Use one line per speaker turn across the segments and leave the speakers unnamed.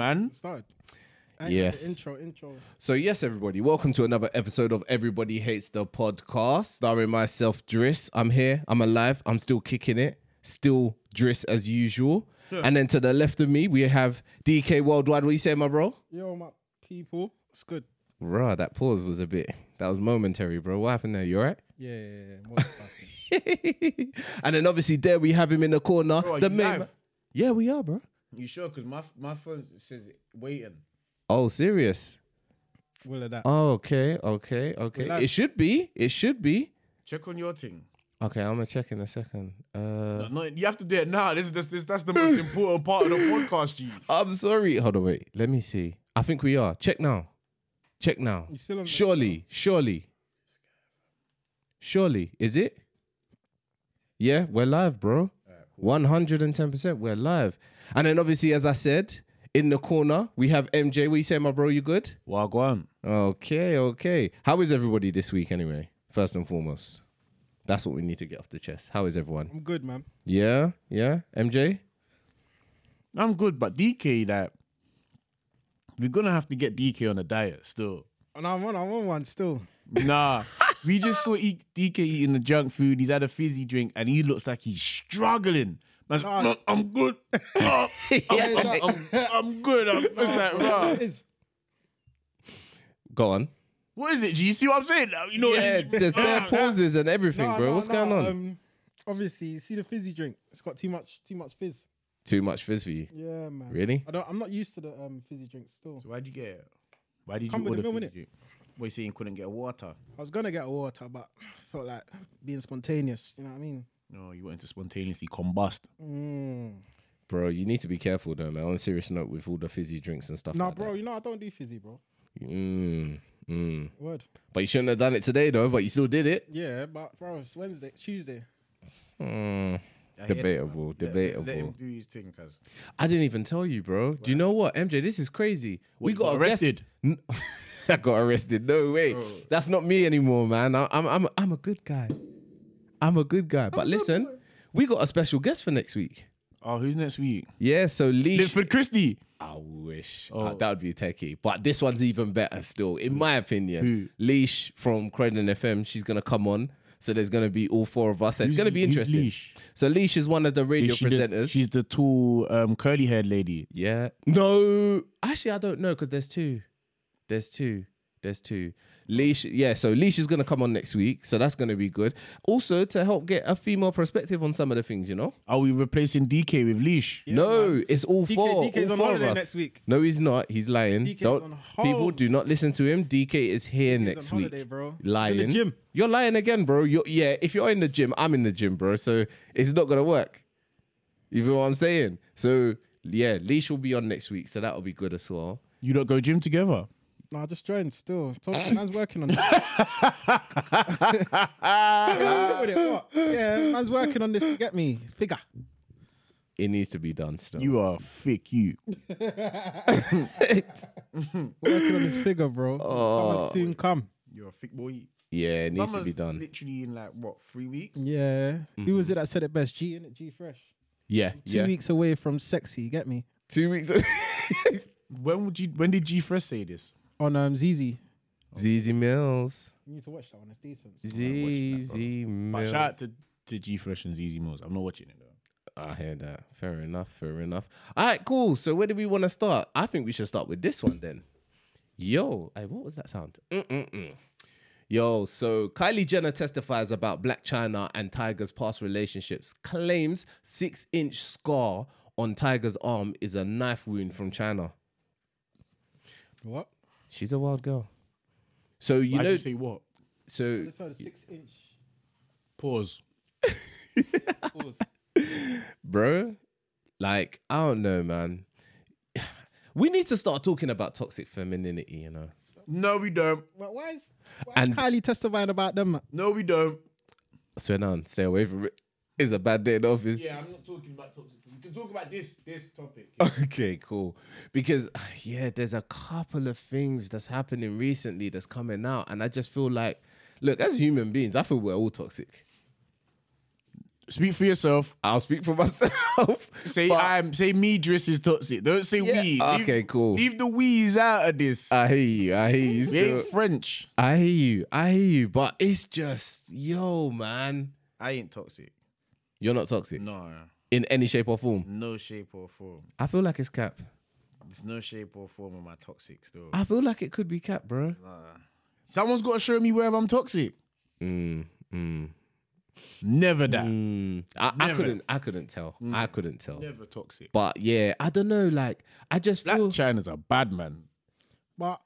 Man.
Started. I ain't got the
Yes.
Intro, intro.
So, yes, everybody, welcome to another episode of Everybody Hates the Podcast, starring myself, Driss. I'm here, I'm alive, I'm still kicking it, still Driss as usual. And then to the left of me, we have DK Worldwide. What you say, my bro?
Yo, my people. It's good.
Bruh, that pause was a bit, that was momentary, bro. What happened there? You all right?
Yeah, yeah, yeah. multitasking.
and then obviously, there we have him in the corner.
Bro, are
the
you
main.
live?
Yeah, we are, bro.
You sure? Because my my phone says waiting.
Oh, serious.
Will of that.
Oh, okay, okay, okay.
live.
It should be. It should be.
Check on your thing.
Okay, I'm gonna check in a second. Uh,
No, you have to do it now. This, this, this that's the most important part of the podcast. G.
I'm sorry. Hold on, wait. Let me see. I think we are. Check now. Check now.
You still on the-
Surely, surely, surely. Is it? Yeah, we're live, bro. One hundred and ten percent, we're live. And then obviously, as I said, in the corner we have MJ. What you say, my bro? You good?
Well, go on.
Okay, okay. How is everybody this week, anyway? First and foremost, that's what we need to get off the chest. How is everyone?
I'm good, man.
Yeah, yeah. MJ.
I'm good, but DK that we're gonna have to get DK on a diet still.
And I'm on, I'm on one still.
Nah, we just saw e- DK eating the junk food. He's had a fizzy drink, and he looks like he's struggling. Man's,
Nah.
"No, I'm good. Ah, I'm, I'm- I'm- I'm good. I'm it's like, rah.
It is.
Go on.
What is it? G? You see what I'm saying? You know,
Yeah, there's bare pauses and everything,
Nah,
bro.
nah,
What's
nah,
going on?
Um, obviously, you see the fizzy drink. It's got too much, too much fizz.
Too much fizz for you.
Yeah, man.
Really?
I don't. I'm not used to the um, fizzy drinks still.
So why'd you get it? Why did
Come
you
with
order
the milk,
fizzy drink? What you saying you couldn't get water?
I was gonna get a water, but I felt like being spontaneous. You know what I mean?
No, you wanted to spontaneously combust.
Mm.
Bro, you need to be careful though, man. On a serious note, with all the fizzy drinks and stuff.
Nah,
like
bro. You know I don't do fizzy, bro.
That. Mm, mm.
Word.
But you shouldn't have done it today though. But you still did it.
Yeah, but bro, it's Wednesday, Tuesday.
Mm.
I hear
Debatable,
that, man.
debatable.
Let, let him do his thing, cuz.
I didn't even tell you, bro. Do you know what, MJ? This is crazy. we
you got
a guest-
arrested?
N- I got arrested. No way. That's not me anymore, man. I, I'm I'm I'm a good guy. I'm a good guy. But listen, we got a special guest for next week.
Oh, who's next week?
Yeah. So Lee.
Linford Christie.
I wish
Oh.
Uh, that would be techie, but this one's even better still, in my opinion.
Who?
Leash from Croydon FM, she's gonna come on, so there's gonna be all four of us. So It's
Who's-
gonna be
who's
interesting.
Leash?
So Leash is one of the radio
Is she the-
presenters.
she's the tall, um, curly haired lady.
yeah. No, actually, I don't know because there's two. There's two. There's two. Leash, yeah. So Leash is gonna come on next week, so that's gonna be good. Also, to help get a female perspective on some of the things, you know.
Are we replacing DK with Leash?
no, it's all
DK
four.
DK 's
all
on
four of
holiday
us.
next week.
No, he's not. He's lying.
DK 's
Don't
on
people
hold.
do not listen to him. DK is here next
on
week.
holiday, bro. He's in the
Lying.
gym.
You're lying again, bro. You're, yeah, if you're in the gym, I'm in the gym, bro. So it's not gonna work. You know what I'm saying? So yeah, Leash will be on next week, so that'll be good as well.
You don't go gym together.
No, I just joined still. Talk, man's working on it. What with it, what? Yeah, man's working on this to get me figure.
It needs to be done still.
You are thick, you.
Working on this figure, bro.
Oh.
Summer soon come.
You're a thick boy.
yeah, it needs to be done.
Literally in like what three weeks?
Yeah. Who was it that said it best? G in it, G Fresh.
yeah,
Two
yeah.
weeks away from sexy, you get me?
Two weeks.
When would you? When did G Fresh say this?
On um ZZ.
ZZ Mills.
You need to watch that one, it's decent.
ZZ
But
Mills.
shout out to, to G Fresh and ZZ Mills. I'm not watching it though.
I hear that. Fair enough. Fair enough. All right, cool. So where do we want to start? I think we should start with this one then. Yo, hey, what was that sound? Mm-mm-mm. Yo, so Kylie Jenner testifies about Black China and Tiger's past relationships. Claims six-inch scar on Tiger's arm is a knife wound from China.
What?
She's a wild girl. So you
Why'd
know,
say what?
so
It's not a six inch
Pause.
pause.
bro. Like, I don't know, man. We need to start talking about toxic femininity, you know.
No, we don't.
But why is why
And-
is Kylie testifying about them? man?
No, we don't.
swear down, stay away from it. It's a bad day in the office.
Yeah, I'm not talking about toxic. We can talk about this this topic.
Okay, cool. Because yeah, there's a couple of things that's happening recently that's coming out, and I just feel like, look, as human beings, I feel we're all toxic.
Speak for yourself.
I'll speak for myself.
Say
but-
I'm. Say me. Dress is toxic. Don't say
Yeah. Uh,
we.
Okay,
Leave-
cool. Uh,
Leave the we's out of this.
I hear you. I hear you.
we ain't
Still,
French.
I hear you. I hear you. But it's just, yo, man,
I ain't toxic.
you're not toxic
No,
in any shape or form.
no shape or form.
I feel like it's cap.
There's no shape or form of my toxic still.
I feel like it could be cap, bro.
Nah. Someone's got to show me where I'm toxic.
Mm, mm,
Never that.
mm. I, I
Never. Mm.
couldn't. I couldn't tell. I couldn't tell.
Never toxic.
But yeah, I don't know. Like, I just
Black
feel
China's a bad man.
But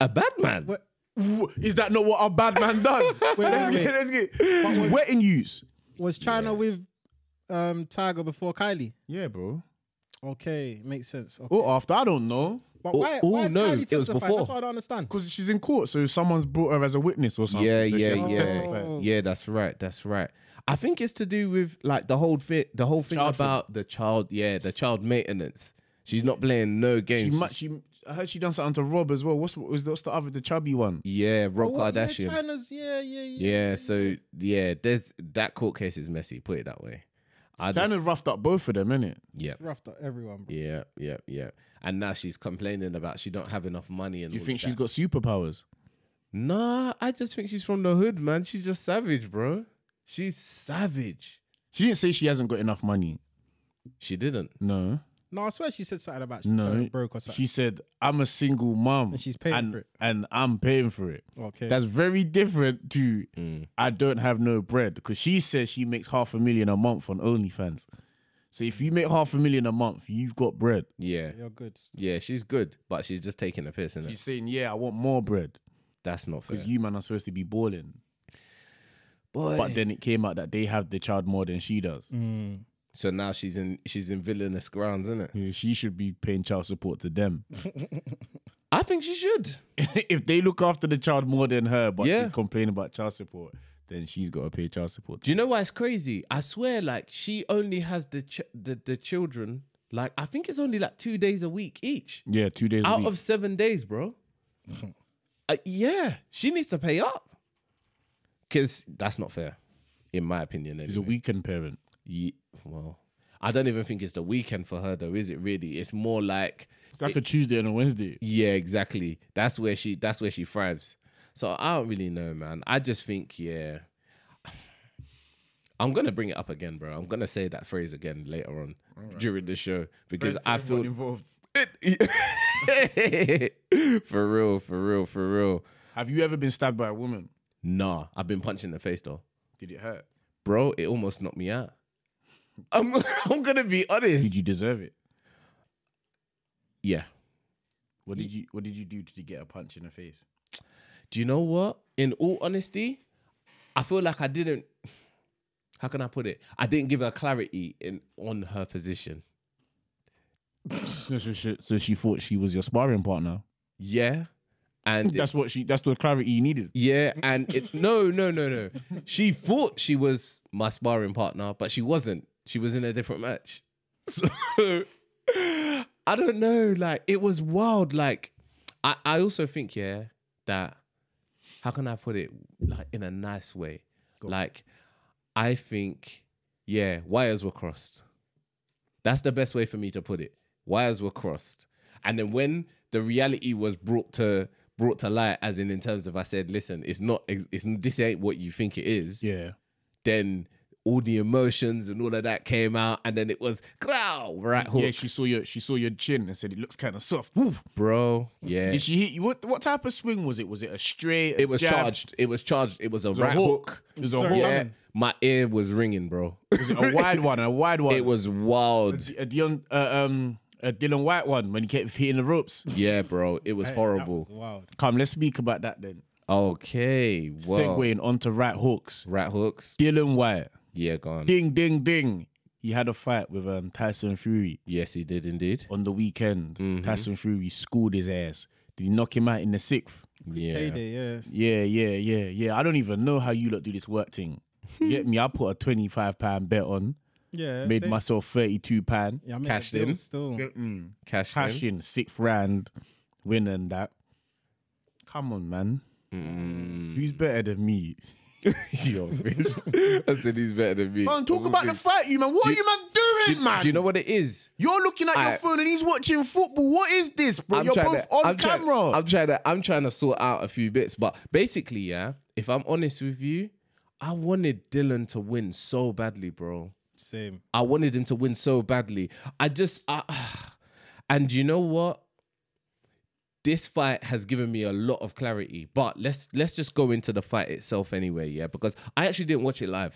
a bad man.
what?
Wh- Is that not what a bad man does? wait, let's
wait.
get, let's get. It's wet in use.
Was China with um Tiger before Kylie?
Yeah, bro.
Okay, makes sense. Okay.
Or after, I don't know.
But
oh,
why,
oh,
why is
no,
Kylie
it was
testifying?
before.
That's what I don't understand.
Because she's in court, so someone's brought her as a witness or something.
Yeah,
so she
yeah,
has to
yeah.
testify.
Oh.
Yeah, that's right. That's right. I think it's to do with like the whole fit, the whole thing
Child thing.
about the child. Yeah, the child maintenance. She's not playing no
She
games.
might, she, I heard she done something to Rob as well. What's was what's the other the chubby one?
yeah, Rob
Oh, what? Yeah,
Kardashian. Yeah,
China's, yeah, yeah, yeah.
so yeah, there's that court case is messy. Put it that way. I
Kind
just,
of roughed up both of them, innit?
yeah,
Roughed up everyone, bro.
yeah, yeah, yeah. And now she's complaining about she don't have enough money. And
You
all
think
of
she's
that.
got superpowers?
Nah, I just think she's from the hood, man. She's just savage, bro. She's savage.
She didn't say she hasn't got enough money.
She didn't.
No,
No, I swear she said something about she
no.
going
uh,
broke or something.
She said, "I'm a single mom,
And she's paying
and,
for it.
and I'm paying for it."
Oh,
okay.
That's very different to
Mm.
I don't have no bread because she says she makes half a million a month on OnlyFans. So if you make half a million a month, you've got bread.
Yeah,
You're good.
yeah, she's good, but she's just taking a piss, and
She's saying, "Yeah, I want more bread
that's not fair.
because you man are supposed to be balling."
Boy.
But then it came out that they have the child more than she does.
so now she's in she's in villainous grounds, isn't it?
Yeah, She should be paying child support to them.
I think she should.
if they look after the child more than her, but
Yeah.
she's complaining about child support, then she's got to pay child support.
Do you know why it's crazy? I swear, like she only has the ch- the the children. Like I think it's only like two days a week each
yeah, two days a
out
week.
of seven days, bro. Uh, yeah, she needs to pay up because that's not fair, in my opinion.
She's a
Anyway.
weekend parent.
Ye- well, I don't even think it's the weekend for her though, is it? Really, it's more like
It's like a Tuesday and a Wednesday.
Yeah, exactly. That's where she that's where she thrives. So I don't really know, man. I just think, yeah. I'm gonna bring it up again, bro. I'm gonna say that phrase again later on during the show because I feel
involved.
for real, for real, for real.
Have you ever been stabbed by a woman?
Nah, I've been punched in the face though.
Did it hurt?
Bro, it almost knocked me out. I'm I'm gonna be
Did
honest.
you deserve it?
Yeah.
What did you What did you do to get a punch in the face?
do you know what? In all honesty, I feel like I didn't. How can I put it? I didn't give her clarity in on her position.
So she, so she thought she was your sparring partner.
Yeah, and
That's what she. That's the clarity you needed.
yeah, and it, no, no, no, no. She thought she was my sparring partner, but she wasn't. She was in a different match. So I don't know. Like it was wild. Like I, I also think yeah that how can I put it like in a nice way? Like I think yeah wires were crossed. That's the best way for me to put it. Wires were crossed, and then when the reality was brought to brought to light, as in in terms of I said, listen, it's not it's it's- this ain't what you think it is
Yeah.
then all the emotions and all of that came out, and then it was growl right hook,
Yeah. She saw your. She saw your chin and said it looks kind of soft. Woof.
bro. Yeah,
Did she hit you? What What type of swing was it? Was it a straight? a
it was
jab?
charged. It was charged. It was a
A
right hook.
hook. It was a hook.
Yeah, my ear was ringing, bro.
Was it a wide one? A wide one.
it was wild.
a Dion. Uh, um. A Dylan White one when he kept hitting the ropes.
Yeah, bro, it was horrible.
Wow.
Come, let's speak about that then.
Okay, well,
Segueing onto right hooks.
right hooks.
Dylan White.
Yeah, gone.
Ding, ding, ding. He had a fight with um, Tyson Fury
Yes, he did indeed.
on the weekend. Tyson Fury schooled his ass. Did he knock him out in the sixth?
Yeah,
Payday, yes.
Yeah, yeah, yeah, yeah. I don't even know how you lot do this work thing. You get me? I put a twenty-five pound bet on,
Yeah.
made
same-
myself thirty-two pound.
yeah, I made a
cashed
deal
in.
Still.
cash.
Cash in sixth round, win and that. Mm. Come on, man. Who's better than me?
Yo, bitch. I said he's better than me.
Man, talk about the fight, you man. What
Do
are
you-
you man doing,
do, you-
man?
do you know what it is?
You're looking at
I-
your phone and he's watching football. What is this, bro? You're
trying
both on
I'm trying-
camera.
I'm trying to I'm trying to sort out a few bits, but basically, yeah. If I'm honest with you, I wanted Dylan to win so badly, bro.
Same.
I wanted him to win so badly. I just, I, and you know what? This fight has given me a lot of clarity. But let's let's just go into the fight itself anyway, yeah. Because I actually didn't watch it live.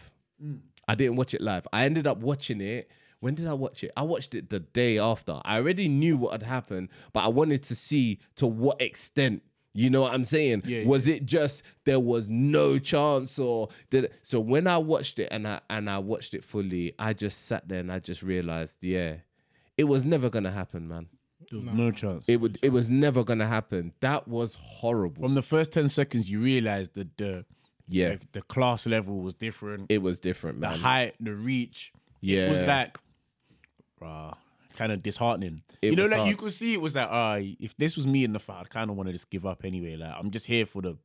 I didn't watch it live. I ended up watching it. When did I watch it? I watched it the day after. I already knew what had happened, but I wanted to see to what extent. You know what I'm saying?
Yeah,
was it just there was no chance or did it? so when I watched it and I and I watched it fully, I just sat there and I just realized, yeah, it was never gonna happen, man.
no chance.
It would it was never gonna happen. That was horrible.
From the first 10 seconds, you realize that the,
Yeah.
the, the class level was different.
It was different,
the
man.
height, the reach. It was
Yeah.
like, bruh, kind of disheartening.
It
you know,
was
like
hard.
you could see it was like, ah, if this was me in the fight, I kind of want to just give up anyway. Like, I'm just here for the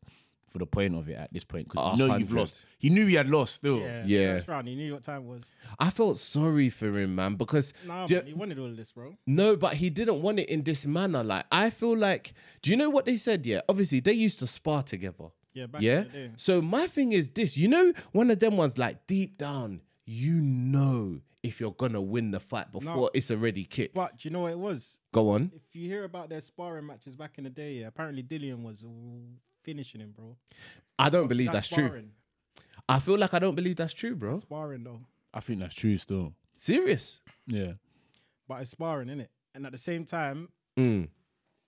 for the point of it at this point because
A
you know you've
hundred.
lost. He knew he had lost still.
Yeah.
Yeah.
First round, he knew what time it was.
I felt sorry for him, man, because
Nah,
do you-
man, he wanted all of this, bro.
No, but he didn't want it in this manner. Like, I feel like, do you know what they said? Yeah, obviously they used to spar together.
Yeah, back in
yeah.
the day.
So my thing is this: you know, one of them ones like deep down, you know if you're gonna win the fight before it's already kicked.
But do you know what it was?
Go on.
If you hear about their sparring matches back in the day, yeah, apparently Dillian was finishing him, bro.
I don't believe that's, true.
sparring.
I feel like I don't believe that's true, bro.
Sparring though,
I think that's true still.
Serious.
Yeah.
but it's sparring, innit? And at the same time,
Mm.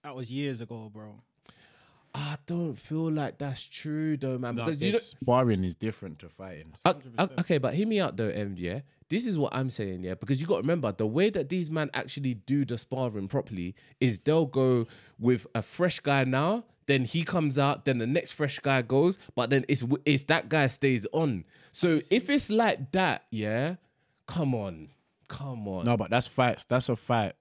that was years ago, bro.
I don't feel like that's true though, man.
No,
because you don't,
sparring is different to fighting.
O- o- okay, but hear me out though, M. Yeah, this is what I'm saying. Yeah, because you got to remember the way that these men actually do the sparring properly is they'll go with a fresh guy now, then he comes out, then the next fresh guy goes, but then it's w- it's that guy stays on. So if it's like that, yeah, come on, come on,
No, but that's fights. That's a fight.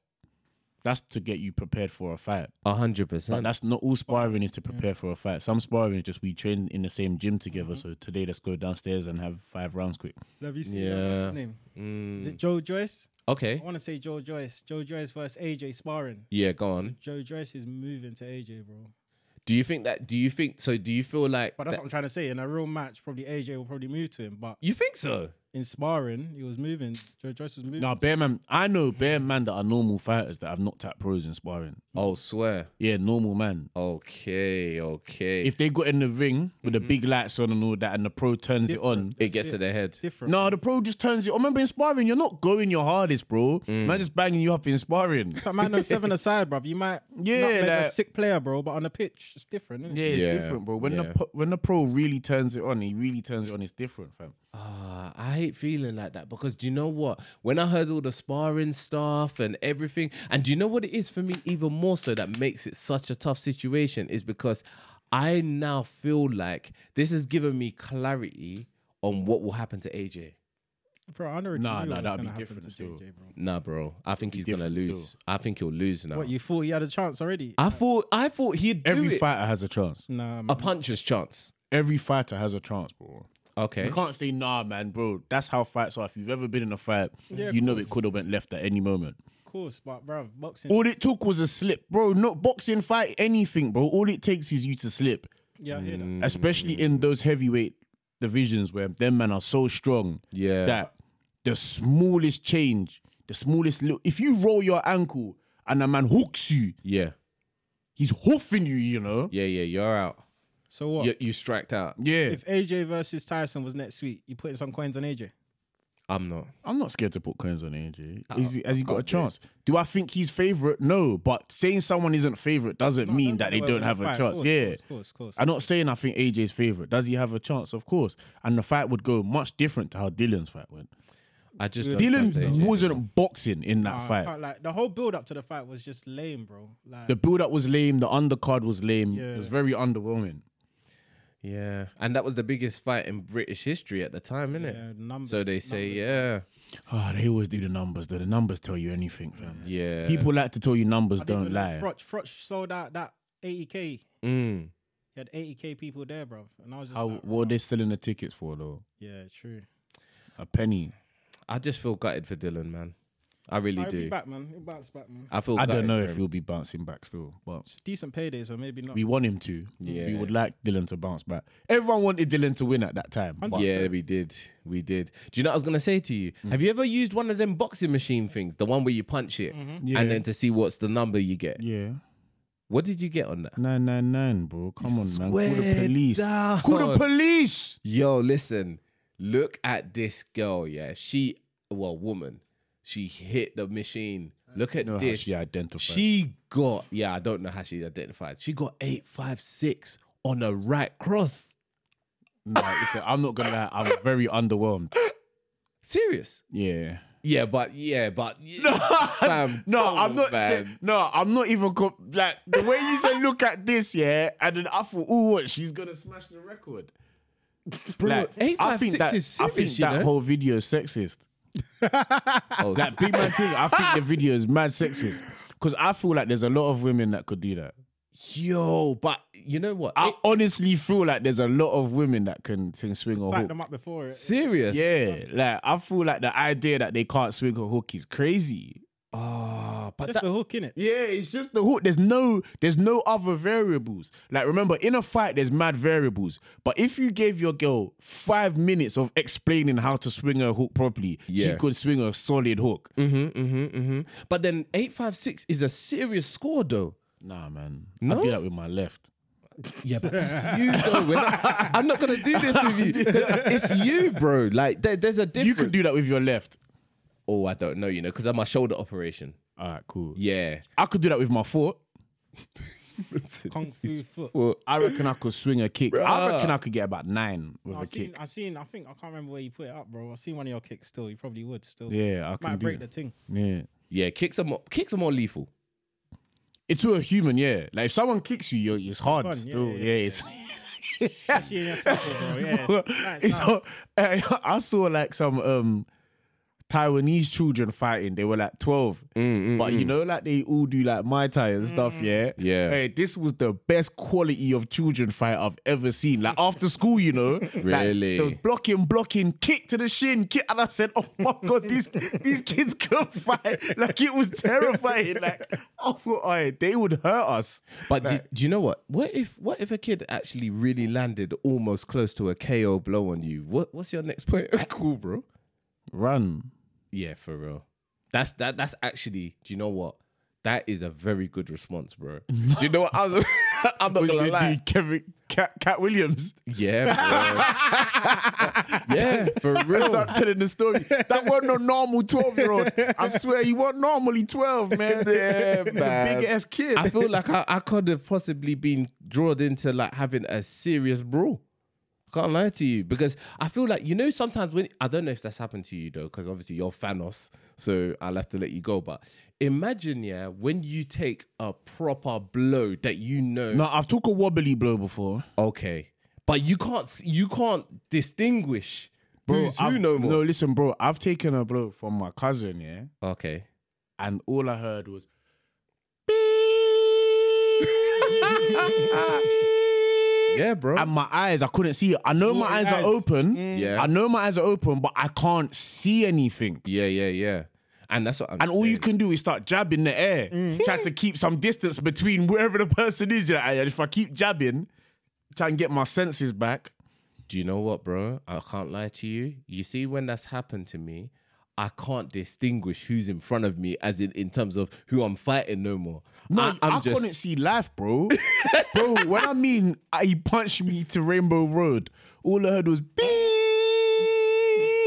That's to get you prepared for a fight.
a hundred
But
percent.
that's not all sparring is to prepare for a fight. Some sparring is just we train in the same gym together. So today, let's go downstairs and have five rounds quick.
Have you seen um, what's
Yeah.
his name? Is
Mm,
it Joe Joyce?
okay,
I want to say Joe Joyce. Joe Joyce versus AJ sparring.
yeah, go on.
Joe Joyce is moving to AJ, bro.
Do you think that? Do you think so? Do you feel like?
But that's
that-
what I'm trying to say. In a real match, probably AJ will probably move to him. But
you think so?
in sparring, he was moving. Joe Joyce was moving.
Now, bear man, I know bear man that are normal fighters that have knocked out pros in sparring.
Oh, swear.
Yeah, normal man.
Okay, okay.
If they got in the ring with the big lights on and all that, and the pro turns it on.
it gets to their head.
Different.
No, the pro just turns it. on. Remember, in sparring, you're not going your hardest, bro. Man, just banging you up in sparring.
That man of seven aside, bruv. You might
Yeah,
yeah, not make a
that-
sick player, bro, but on the pitch, it's different. Isn't it?
Yeah, it's
Yeah,
different, bro. When
yeah.
the po- when the pro really turns it on, he really turns it on. It's different, fam.
Ah, I hate feeling like that because do you know what? When I heard all the sparring stuff and everything, and do you know what it is for me even more so that makes it such a tough situation is because I now feel like this has given me clarity on what will happen to AJ.
Bro, I already
Nah,
knew
nah,
what
that'd
was
be
gonna happen
different
to
still.
JJ, bro.
Nah, bro, I think he's gonna
different
lose.
still.
I think he'll lose now.
What you thought he had a chance already?
I thought I thought he'd do
Every
it.
fighter has a chance.
nah,
a
man.
puncher's chance.
Every fighter has a chance, bro.
Okay.
You can't say nah, man, bro. That's how fights are. If you've ever been in a fight,
Yeah,
you
of
know it could have went left at any moment.
of course, but bro, boxing.
All it took was a slip, bro. Not boxing fight, anything, bro. All it takes is you to slip,
yeah, I hear that.
Mm.
Mm.
especially in those heavyweight divisions where them men are so strong
Yeah.
that the smallest change, the smallest little, if you roll your ankle and a man hooks you,
Yeah.
he's hoofing you, you know.
Yeah. Yeah. You're out.
So what?
You you striked out.
Yeah,
If AJ versus Tyson was next week, you putting some coins on AJ?
I'm not.
I'm not scared to put coins on AJ. Is he, has he got a chance? Do I think he's favorite? No, but saying someone isn't favorite doesn't mean that they don't have a chance. yeah,
Of course, of course.
I'm not saying I think AJ's favorite. Does he have a chance? Of course. And the fight would go much different to how Dylan's fight went.
I just don't
Dylan
trust AJ.
wasn't boxing in that
Nah, I
fight.
can't, Uh, like the whole build up to the fight was just lame, bro. Like
The build up was lame. The undercard was lame. It was
Yeah.
very underwhelming.
Yeah, and that was the biggest fight in British history at the time, innit?
yeah, numbers.
so they say, yeah,
Oh, they always do the numbers though. The numbers tell you anything, fam.
yeah.
People like to tell you numbers
I didn't
don't
even know
lie.
Frotch, Frotch sold out that 80k.
Mm.
Yeah, They had 80k people there, bruv. And I was just
How
like,
what are they selling the tickets for though?
yeah, true.
A penny.
I just feel gutted for Dylan, man. I really
I'll be
do.
back, man. He'll bounce back, man.
I feel.
I
gutted
don't know
for
if
him.
he'll be bouncing back still, but
It's decent payday, so maybe not.
we want him to.
Yeah.
We would like Dylan to bounce back. Everyone wanted Dylan to win at that time. but-
Yeah, we did. We did. Do you know what I was gonna say to you?
Mm.
Have you ever used one of them boxing machine things, the one where you punch it
Mm-hmm.
Yeah.
and then to see what's the number you get?
yeah.
What did you get on that?
Nine nine nine, bro. Come on, man. Call the
Swear
police.
down.
Call the police.
Yo, listen, look at this girl. Yeah, she, well, woman, she hit the machine. Look at
know how
this.
she identified.
She got, yeah, I don't know how she identified. She got 856 on a right cross.
Nah, listen, I'm not gonna lie. I'm very underwhelmed.
Serious.
Yeah.
Yeah, but, yeah, but. Fam,
no,
come
I'm
on,
not.
man.
Say, no, I'm not even co- like the way you said. Look at this, yeah, and then I thought, oh, what? She's gonna smash the record. Like, I think
856
that
is
I
serious,
think
you
that
know?
whole video is sexist.
Oh,
That big man thing. I think the video is mad sexist because I feel like there's a lot of women that could do that.
Yo, but you know what?
I
It-
honestly feel like there's a lot of women that can, can swing or
Sacked
hook.
them up before it.
serious.
Yeah, like I feel like the idea that they can't swing or hook is crazy.
Oh, but
Just
that,
the hook in it.
Yeah, it's just the hook. There's no there's no other variables. Like remember, in a fight, there's mad variables. But if you gave your girl five minutes of explaining how to swing her hook properly,
Yeah.
she could swing a solid hook.
hmm hmm hmm But then 856 is a serious score, though.
Nah, man.
No?
I do that with my left.
Yeah, but it's you though. We're not- I'm not gonna do this with you. 'Cause It's you, bro. Like there, there's a difference.
You could do that with your left.
Oh, I don't know, you know, because of my shoulder operation.
All right, cool.
Yeah.
I could do that with my foot.
Kung Fu foot.
I reckon I could swing a kick. I reckon I could get about nine with
I
a
seen,
kick.
I seen, I think, I can't remember where you put it up, bro. I seen one of your kicks still. You probably would still.
Yeah, I can
Might
do
break
that.
the thing.
Yeah.
Yeah, kicks are more kicks are more lethal.
It's to a human, yeah. Like if someone kicks you, you're, it's hard.
Fun, yeah,
still.
yeah,
Yeah,
yeah.
it's
Especially in your tackle, bro. Yeah. Nice,
it's
nice.
hard. I, eh, I saw like some um Taiwanese children fighting. They were like 12.
Mm,
but you know, like they all do like Mai Tai and stuff, yeah?
Yeah.
Hey, this was the best quality of children fight I've ever seen. Like after school, you know?
Really?
Like, so blocking, blocking, kick to the shin, kick. And I said, oh my God, these, these kids can fight. Like it was terrifying. Like, I thought, "Aye, they would hurt us.
But do, do you know what? What if what if a kid actually really landed almost close to a KO blow on you? What what's your next point? cool, bro.
Run.
Yeah, for real. That's that. That's actually. Do you know what? That is a very good response, bro. do you know what? I was, I'm not
What
gonna
you
lie.
do, Kevin, Cat, Cat Williams.
Yeah, bro. yeah, for real.
Start telling the story. That wasn't a normal 12 year old. I swear, he wasn't normally 12, man.
Yeah,
He's
man.
a big ass kid.
I feel like I, I could have possibly been drawn into like having a serious brawl. Can't lie to you because I feel like you know sometimes when I don't know if that's happened to you though because obviously you're Thanos, so I'll have to let you go. But imagine yeah when you take a proper blow that you know
no, I've took a wobbly blow before.
okay, but you can't s- you can't distinguish bro.
I've-
You know more.
No, listen, bro. I've taken a blow from my cousin, yeah,
Okay.
and all I heard was.
Yeah, bro.
And my eyes, I couldn't see. I know my eyes are
eyes.
open.
Mm. Yeah.
I know my eyes are open, but I can't see anything.
yeah, yeah, yeah. And that's what I'm
And all
saying.
you can do is start jabbing the air,
Mm.
try to keep some distance between wherever the person is. You're like, "Aye, if I keep jabbing, try and get my senses back.
Do you know what, bro? I can't lie to you. You see, when that's happened to me, I can't distinguish who's in front of me, as in, in terms of who I'm fighting no more.
No,
I,
I,
I'm just,
couldn't see life, bro. bro, when I mean I, he punched me to Rainbow Road, all I heard was bee.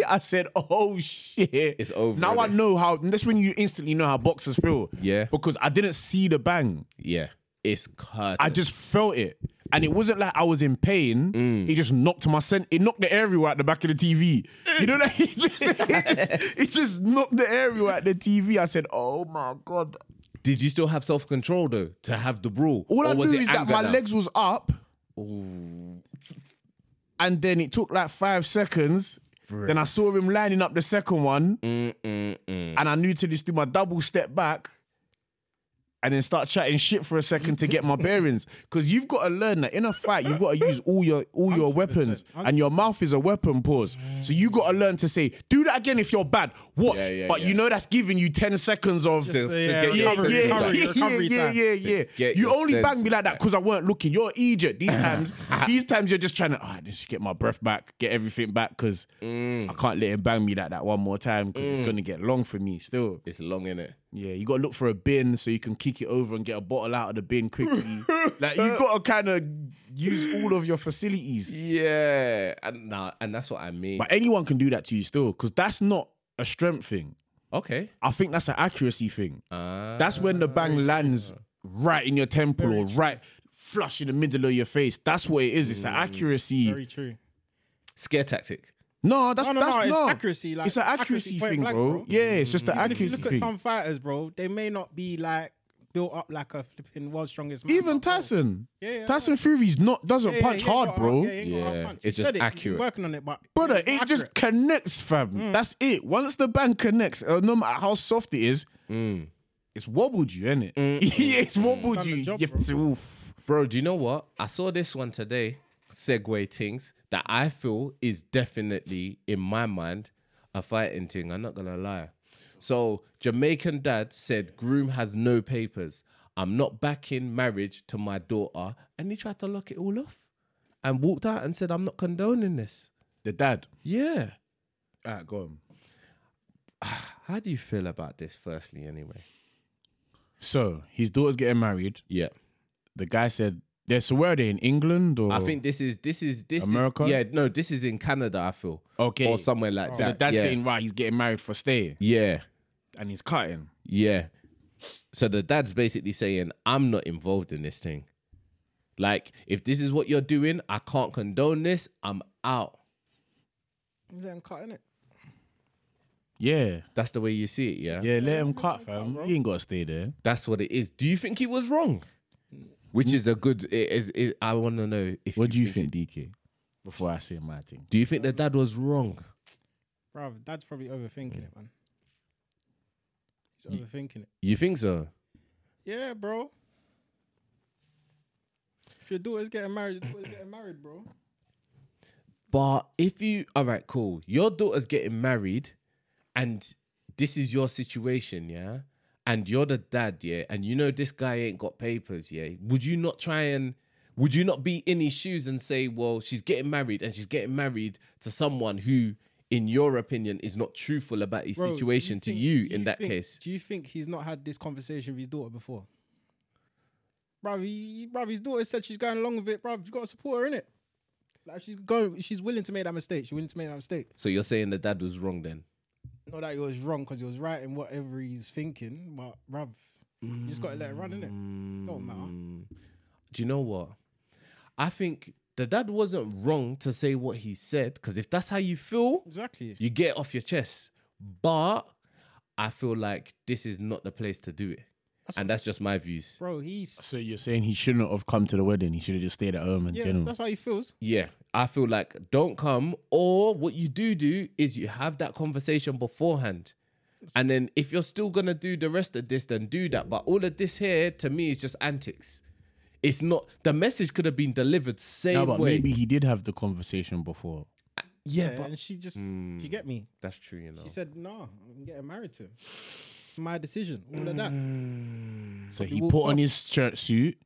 I said, "Oh shit,
It's over,
Now I
innit?
know how. That's when you instantly know how boxers feel.
Yeah.
because I didn't see the bang.
Yeah, it's cut.
I just felt it. And it wasn't like I was in pain.
Mm.
It just knocked my scent. It knocked the aerial out the back of the TV. You know, like it just, it just, it just knocked the aerial out the TV. I said, "Oh my god!"
Did you still have self control though to have the brawl?
All
Or
I
was
knew
it
is that
anger
my
now?
legs was up, and then it took like five seconds. Then I saw him lining up the
Mm.
second one, and I knew to just do my double step back, and then start chatting shit for a second to get my bearings. Because you've got to learn that in a fight, you've got to use all your all your weapons, and your mouth is a weapon. Pause. So you got to learn to say, "Do that again if you're bad." Watch,
Yeah, yeah,
but
yeah.
you know that's giving you ten seconds of
To- to
yeah,
yeah,
get yourself
recovery,
yeah,
back.
recovery,
yeah,
recovery
yeah,
time.
yeah, yeah, yeah.
get
You
your
only
sense
bang me like that because I weren't looking. You're an idiot. These times, these times you're just trying to ah, just get my breath back, get everything back because
Mm.
I can't let him bang me like that one more time because it's gonna get long for me still.
It's long in it.
Yeah, you gotta look for a bin so you can kick it over and get a bottle out of the bin quickly. like
Uh,
you gotta kind of use all of your facilities.
Yeah, and nah, and that's what I mean.
But anyone can do that to you still because that's not a strength thing.
okay,
I think that's an accuracy thing.
uh,
That's when the bang lands right in your temple or right flush in the middle of your face. That's what it is. It's an
Mm. Very
accuracy.
true.
scare tactic.
No, that's
No, no,
that's
no, it's
not
accuracy, like,
it's an accuracy,
accuracy point
thing,
blank,
bro.
bro.
Yeah, it's just an
If you
accuracy
look at
thing.
some fighters, bro, they may not be like built up like a flipping world's strongest man.
Even
but, bro,
Tyson.
Yeah, yeah, I
Tyson Fury's not doesn't
yeah, yeah,
punch
he ain't
hard,
got a-
bro.
yeah, he ain't got a hard
Yeah,
punch.
it's
He
just
said it, he's
accurate.
Working on it, but
Brother,
it's
it just
accurate. Mm.
connects, fam. That's it. Once the band connects, uh, no matter how soft it is,
Mm.
it's wobbled you, isn't it? yeah, it's wobbled
Mm. Done the
you.
job,
you have
bro.
to, oof.
Bro, do you know what? I saw this one today, segue things, that I feel is definitely, in my mind, a fighting thing. I'm not going to lie. So, Jamaican dad said, Groom has no papers. I'm not backing marriage to my daughter. And he tried to lock it all off and walked out and said, I'm not condoning this.
The dad.
Yeah.
All right, go on.
How do you feel about this, firstly, anyway?
So his daughter's getting married.
Yeah.
The guy said, "They're so where are they in England or?"
I think this is, this is, this is-
America?
yeah, no, this is in Canada, I feel.
Okay. Oh.
Or somewhere like
So
that.
the dad's
yeah.
saying, "Right, he's getting married for stay,
yeah.
and he's cutting."
Yeah. So the dad's basically saying, I'm not involved in this thing. Like, if this is what you're doing, I can't condone this. I'm out.
Then cut in it.
Yeah,
That's the way you see it, yeah?
yeah. Let him cut, fam. He ain't gotta stay there.
That's what it is. Do you think he was wrong? Which is a good. It, is- it- I want to know if.
What do you think, DK? Before I say my thing,
Do you think the dad was wrong?
Bro, dad's probably overthinking it, man. He's overthinking it.
You think so?
Yeah, bro. If your daughter's getting married, your daughter's getting married, bro.
But if you. All right, cool. Your daughter's getting married, and this is your situation, yeah? And you're the dad, yeah? And you know this guy ain't got papers, yeah? Would you not try and. Would you not be in his shoes and say, well, she's getting married and she's getting married to someone who, in your opinion, is not truthful about his
Bro, do
situation to
think-
you
do
in that
think-
case?
Do you think he's not had this conversation with his daughter before? Bro, he, bruv, his daughter said she's going along with it, bro. You've got to support her, innit? Like she's going, she's willing to make that mistake. She's willing to make that mistake.
So you're saying the dad was wrong then?
Not that he was wrong because he was right in whatever he's thinking, but bruv, you just gotta let it run, innit? Don't
Mm.
matter.
do you know what? I think the dad wasn't wrong to say what he said because if that's how you feel,
Exactly.
you get it off your chest. But I feel like this is not the place to do it, and that's just my views.
Bro, he's
so you're saying he shouldn't have come to the wedding. He should have just stayed at home in
yeah,
general.
that's how he feels.
Yeah, I feel like don't come. Or what you do do is you have that conversation beforehand. And then if you're still gonna do the rest of this, then do that. But all of this here to me is just antics. It's not the message could have been delivered same
No, but
way.
maybe he did have the conversation before.
yeah,
Yeah,
but Mm.
and she just you get me.
that's true, you know.
She said, nah, I'm getting married to him. It's My decision, all of that.
Mm.
Mm.
So he put on his church suit.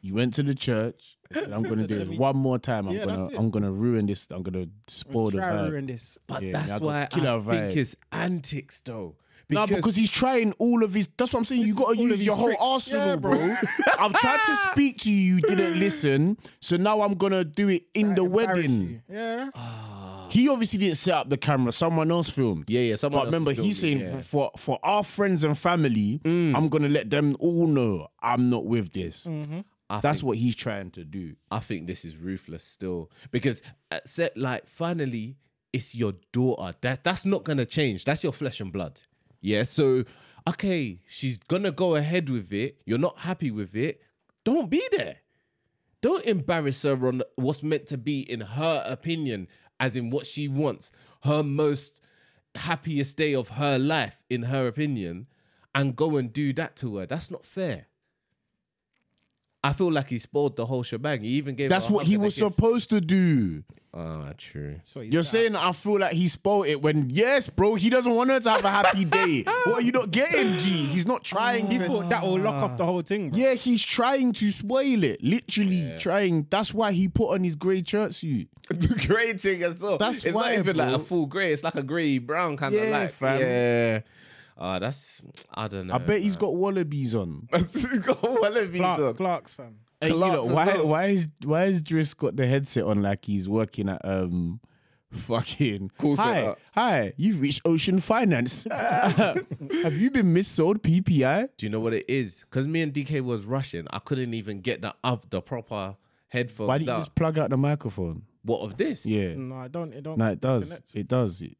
He went to the church. and said, I'm gonna do it one more time. I'm
Yeah,
gonna
that's it.
I'm gonna ruin this. I'm gonna spoil the
Try
vibe.
ruin this.
but
Yeah, I
that's
got
why I
killer
think
vibe.
it's antics though.
No,
Because,
because he's trying all of his. That's what I'm saying. You got to
all of
use your
his
whole
tricks.
arsenal,
Yeah,
bro. I've tried to speak to you. You didn't listen. So now I'm going to do it in the
Embarrass
wedding.
you. Yeah.
Ah, He obviously didn't set up the camera. Someone else filmed.
yeah, yeah. Someone
But
else
remember,
filmed
he's
it,
saying
yeah.
for for our friends and family,
Mm.
I'm gonna let them all know I'm not with this.
I
That's what he's trying to do.
I think this is ruthless still because at set like finally it's your daughter that that's not gonna change. That's your flesh and blood. Yeah. So okay, she's gonna go ahead with it. You're not happy with it. Don't be there. Don't embarrass her on what's meant to be in her opinion, as in what she wants, her most happiest day of her life, in her opinion, and go and do that to her. That's not fair. I feel like he spoiled the whole shebang. He even gave. her
That's
a
what
hug
he
and a
was
kiss.
supposed to do.
Ah, true.
So
You're saying I feel like he spoiled it when yes, bro, he doesn't want her to have a happy day. what are you not getting, G? He's not trying.
he
to-
thought that will lock off the whole thing, bro.
yeah, he's trying to spoil it. Literally trying. That's why he put on his grey suit.
the grey thing as well.
That's
it's
why,
not even like a
bro.
full grey. It's like a grey brown kind
Yeah,
of like.
fam.
Yeah. Ah, that's I don't know.
I bet he's got wallabies on.
he's got wallabies
Clarks,
on.
Clarks, fam.
Hey, you
Clarks
lot,
as
why
well.
why is why is Driss got the headset on like he's working at um fucking
Call
hi
center.
hi you've reached Ocean Finance. have you been missold PPI?
Do you know what it is? Because me and DK was rushing. I couldn't even get the of the proper headphones
Why did you
out.
just plug out the microphone?
What of this?
Yeah,
No, I don't. It don't.
no, it does.
disconnect.
It does. It-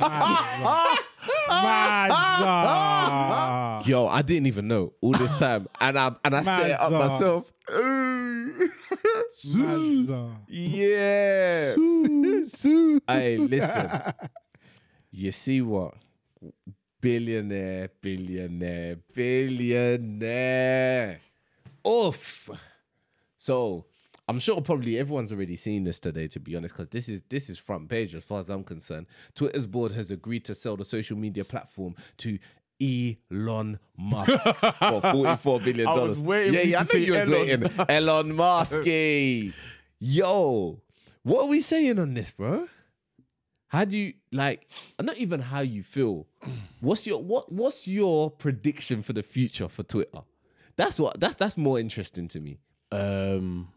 Mazza.
Yo, I didn't even know all this time, and I and I set it up
Mazza.
myself. Ooh.
Mazza.
yeah. Hey, listen. you see what? Billionaire, billionaire, billionaire. Oof. So I'm sure probably everyone's already seen this today, to be honest, because this is this is front page as far as I'm concerned. Twitter's board has agreed to sell the social media platform to Elon Musk for 44 billion
I
dollars.
was waiting
yeah,
for you
yeah,
to
I knew
say
you was
Elon.
waiting. Elon Musky. Yo, what are we saying on this, bro? How do you like? Not even how you feel. What's your what? What's your prediction for the future for Twitter? That's what. That's that's more interesting to me.
um,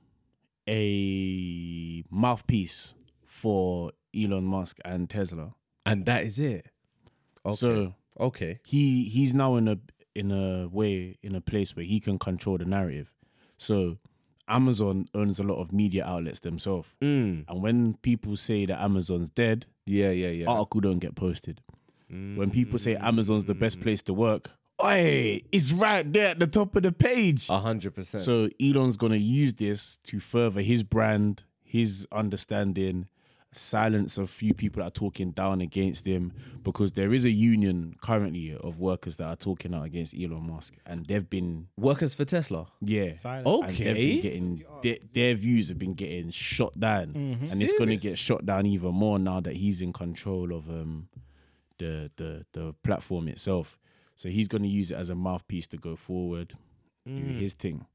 a mouthpiece for Elon Musk and Tesla.
And that is it. Okay.
So
okay.
he he's now in a in a way in a place where he can control the narrative. So Amazon owns a lot of media outlets themselves,
Mm.
and when people say that Amazon's dead,
Yeah. Yeah. Yeah.
article don't get posted. When people say Amazon's the
Mm.
best place to work, oi, it's right there at the top of the page.
A hundred percent.
So Elon's gonna use this to further his brand, his understanding, silence a few people that are talking down against him because there is a union currently of workers that are talking out against Elon Musk, and they've been
Workers for Tesla.
yeah. And they've been
Okay.
getting their, their views have been getting shot down, and it's going to
Mm-hmm. Serious?
get shot down even more now that he's in control of um the the the platform itself. So he's going to use it as a mouthpiece to go forward,
Mm.
do his thing.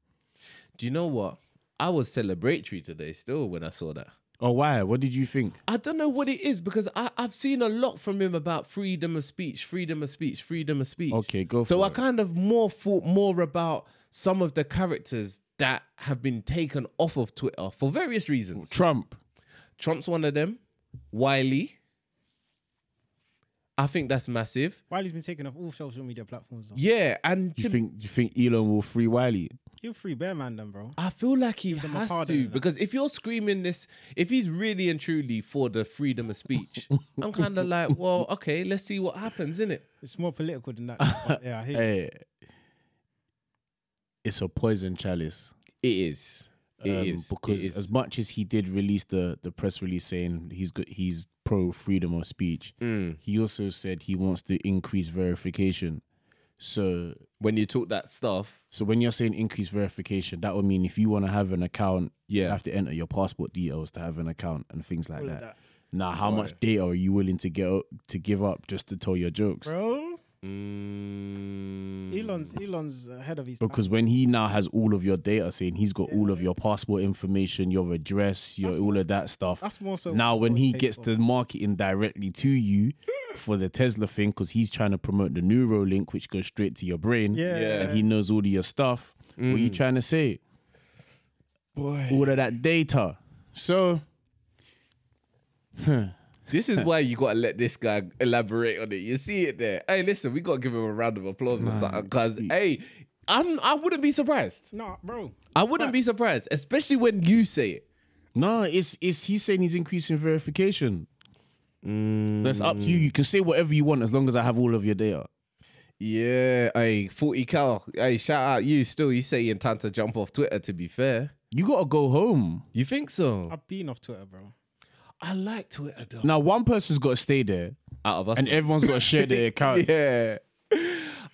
Do you know what? I was celebratory today still when I saw that.
Oh, why? What did you think?
I don't know what it is because I, I've seen a lot from him about freedom of speech, freedom of speech, freedom of speech.
Okay, go
So
for
I
it.
kind of more thought more about some of the characters that have been taken off of Twitter for various reasons.
Trump.
Trump's one of them. Wiley. I think that's massive.
Wiley's been taking off all social media platforms. Though.
Yeah, and
Do you
to-
think do you think Elon will free Wiley?
You free bear man, then, bro.
I feel like he
them a
has
pardon
to
and that.
because if you're screaming this, if he's really and truly for the freedom of speech, I'm kind of like, well, okay, let's see what happens, innit?
It's more political than that. but yeah, I hear you.
Hey, Eh, it's a poison chalice.
It is. It
um,
is.
because
It is.
as much as he did release the the press release saying he's good, he's pro freedom of speech.
Mm.
He also said he wants to increase verification. So
when you talk that stuff,
so when you're saying increase verification, that would mean if you want to have an account, you
Yeah.
have to enter your passport details to have an account and things like
All of
that.
that.
Now, how much data are you willing to get up, to give up just to tell your jokes?
bro.
mm,
Elon's Elon's ahead of his time.
Because when he now has all of your data, saying he's got all of your passport information, your address, your all of that stuff.
that's more so-
Now,
that's
when
what it
he
pays
gets
for.
the marketing directly to you for the Tesla thing, because he's trying to promote the Neuralink, which goes straight to your brain.
Yeah,
Yeah.
and he knows all of your stuff. What are you trying to say?
boy.
All of that data. So
this is why you gotta let this guy elaborate on it. You see it there. Hey, listen, we gotta give him a round of applause or something because hey, I'm I wouldn't be surprised.
Nah, bro.
I wouldn't be surprised, especially when you say it.
no, it's it's he's saying he's increasing verification. That's up to you. You can say whatever you want as long as I have all of your data.
Yeah, hey, 40 cal. Hey, shout out you still. You say you're time to jump off Twitter, to be fair.
You gotta go home.
You think so?
I've been off Twitter, bro.
I like Twitter though.
Now one person's gotta stay there.
Out of us.
and everyone's got to share their account.
yeah.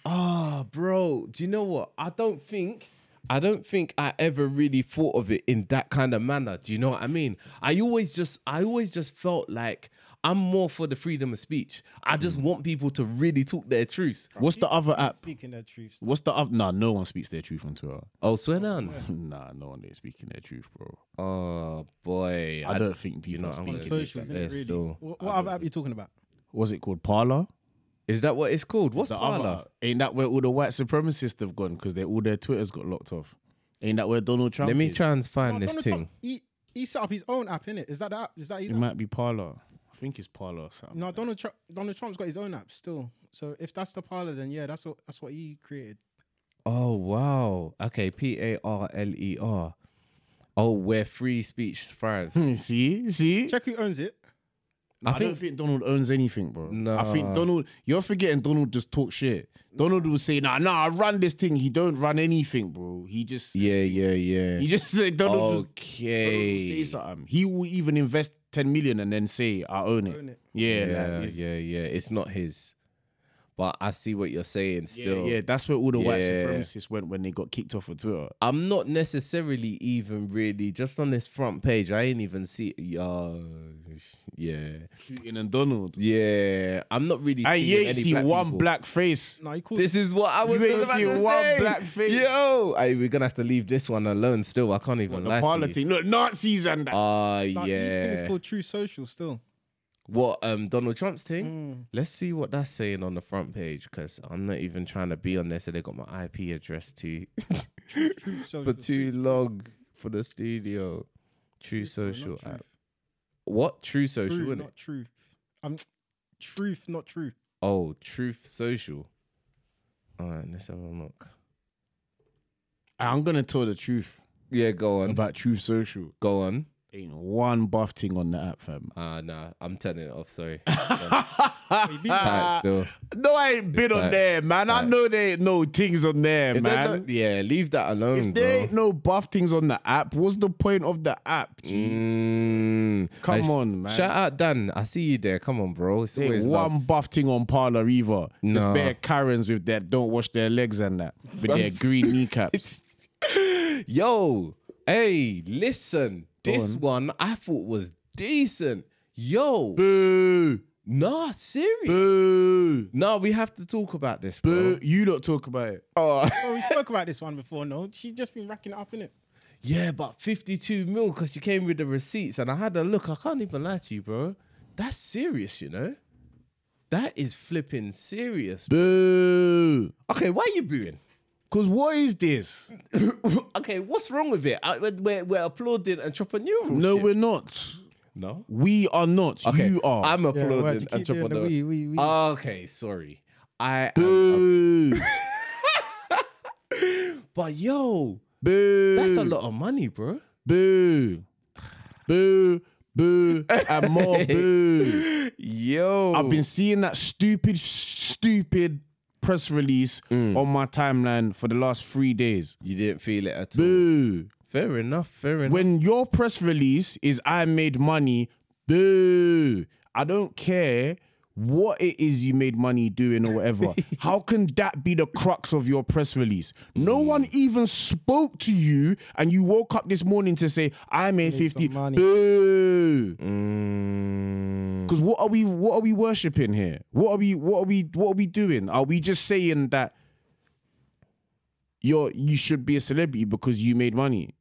Oh, bro, do you know what? I don't think I don't think I ever really thought of it in that kind of manner. Do you know what I mean? I always just I always just felt like I'm more for the freedom of speech. I
Mm.
just want people to really talk their truths.
What's the other app?
Speaking their truths.
What's the other? Nah, no one speaks their truth on Twitter.
Oh, Swenan.
nah, no one is speaking their truth, bro.
Oh boy.
I, don't think people
know,
are
I'm
speaking. their
gonna do
truth.
that.
Socials,
They're
innit, really?
still-
What, what other app you talking about?
What's it called? Parlor.
Is that what it's called? What's
The
Parler?
other uh, ain't that where all the white supremacists have gone because they all their Twitters got locked off. Ain't that where Donald Trump?
Let me
is?
try and find
Oh,
this
Donald
thing.
Trump, he, he set up his own app, innit? Is that the app? Is that his
It
app?
might be Parlor. I think it's Parlor. or something.
No, Donald Trump. Donald Trump's got his own app still. So if that's the parlor, then yeah, that's what that's what he created.
Oh wow. Okay, P A R L E R. Oh, where free speech thrives.
Hmm, see, see.
Check who owns it.
I,
think-
don't think Donald owns anything, bro. I
Nah.
think Donald. You're forgetting Donald just talk shit. Donald will say, "Nah, nah, I run this thing." He don't run anything, bro. He just,
Yeah, yeah, yeah.
he just said Donald just Donald will
Okay.
say something. He will even invest ten million and then say, "I own it."
Own it.
Yeah,
Yeah,
like, it's-
yeah, yeah. It's not his. But I see what you're saying
yeah,
still.
yeah, That's where all the white
Yeah.
supremacists went when they got kicked off of Twitter.
I'm not necessarily even really just on this front page. I ain't even see uh yeah.
Putin and Donald.
Yeah. I'm not really
I
seeing
ain't
any
see
black
one
people.
black face.
No, he calls
This is what I was
ain't
just about
seen
to
one
say.
black face.
Yo, Aye, we're gonna have to leave this one alone. Still, I can't even
The
lie
parlor
to you.
thing. Look, Nazis and that.
Ah,
like, His thing is
yeah.
called True Social still.
What um Donald Trump's thing? Let's see what that's saying on the front page because I'm not even trying to be on there, so they got my IP address too
True Social.
for too long for the studio. True social
truth.
app. What true social?
True,
innit?
not truth. Um, truth, not true.
Oh, Truth Social. All right, let's have a look.
I'm gonna tell the truth
Yeah, go on.
about Truth Social.
Go on.
Ain't one buff thing on the app, fam.
Ah, nah, I'm turning it off. Sorry. Tight
Ah,
still.
no, I ain't been on
tight.
there, man. I
Tight.
know there ain't no things on there, Mm,
If they
man.
don't- yeah, leave that alone,
If there
bro.
ain't no buff things on the app, what's the point of the app? G?
Mm.
Come
Hey,
on, man.
Shout out Dan. I see you there. Come on, bro. It's
There ain't
always
one
love.
buff thing on parlor either.
Nah.
There's bare Karens with that don't wash their legs and that with their green kneecaps.
Yo, hey, listen. This one I thought was decent. Yo,
Boo,
nah, serious.
boo,
Nah, we have to talk about this, bro.
boo. You don't talk about it.
Oh, we spoke about this one before. No, she's just been racking it up in it.
Yeah, but 52 mil because you came with the receipts and I had a look. I can't even lie to you, bro. That's serious, you know? That is flipping serious.
Boo.
Okay, why are you booing?
Cause what is this?
okay, what's wrong with it? I, we're, we're applauding entrepreneurial.
No,
shit.
we're not.
no.
We are not.
Okay,
You are.
I'm
Yeah, why'd
applauding
you keep doing the
entrepreneurial.
wee, wee, wee?
Okay, sorry. I. Am,
boo,
but yo,
boo.
that's a lot of money, bro.
Boo, boo, boo, and more boo.
Yo,
I've been seeing that stupid, stupid press release on my timeline for the last three days.
You didn't feel it at all.
Boo.
Fair enough. Fair enough.
When your press release is I made money, boo. I don't care what it is you made money doing or whatever. How can that be the crux of your press release? No
Mm.
one even spoke to you and you woke up this morning to say, I made, 50
some money.
boo.
Mm.
Because what are we what are we worshipping here? What are we what are we what are we doing? Are we just saying that you're you should be a celebrity because you made money?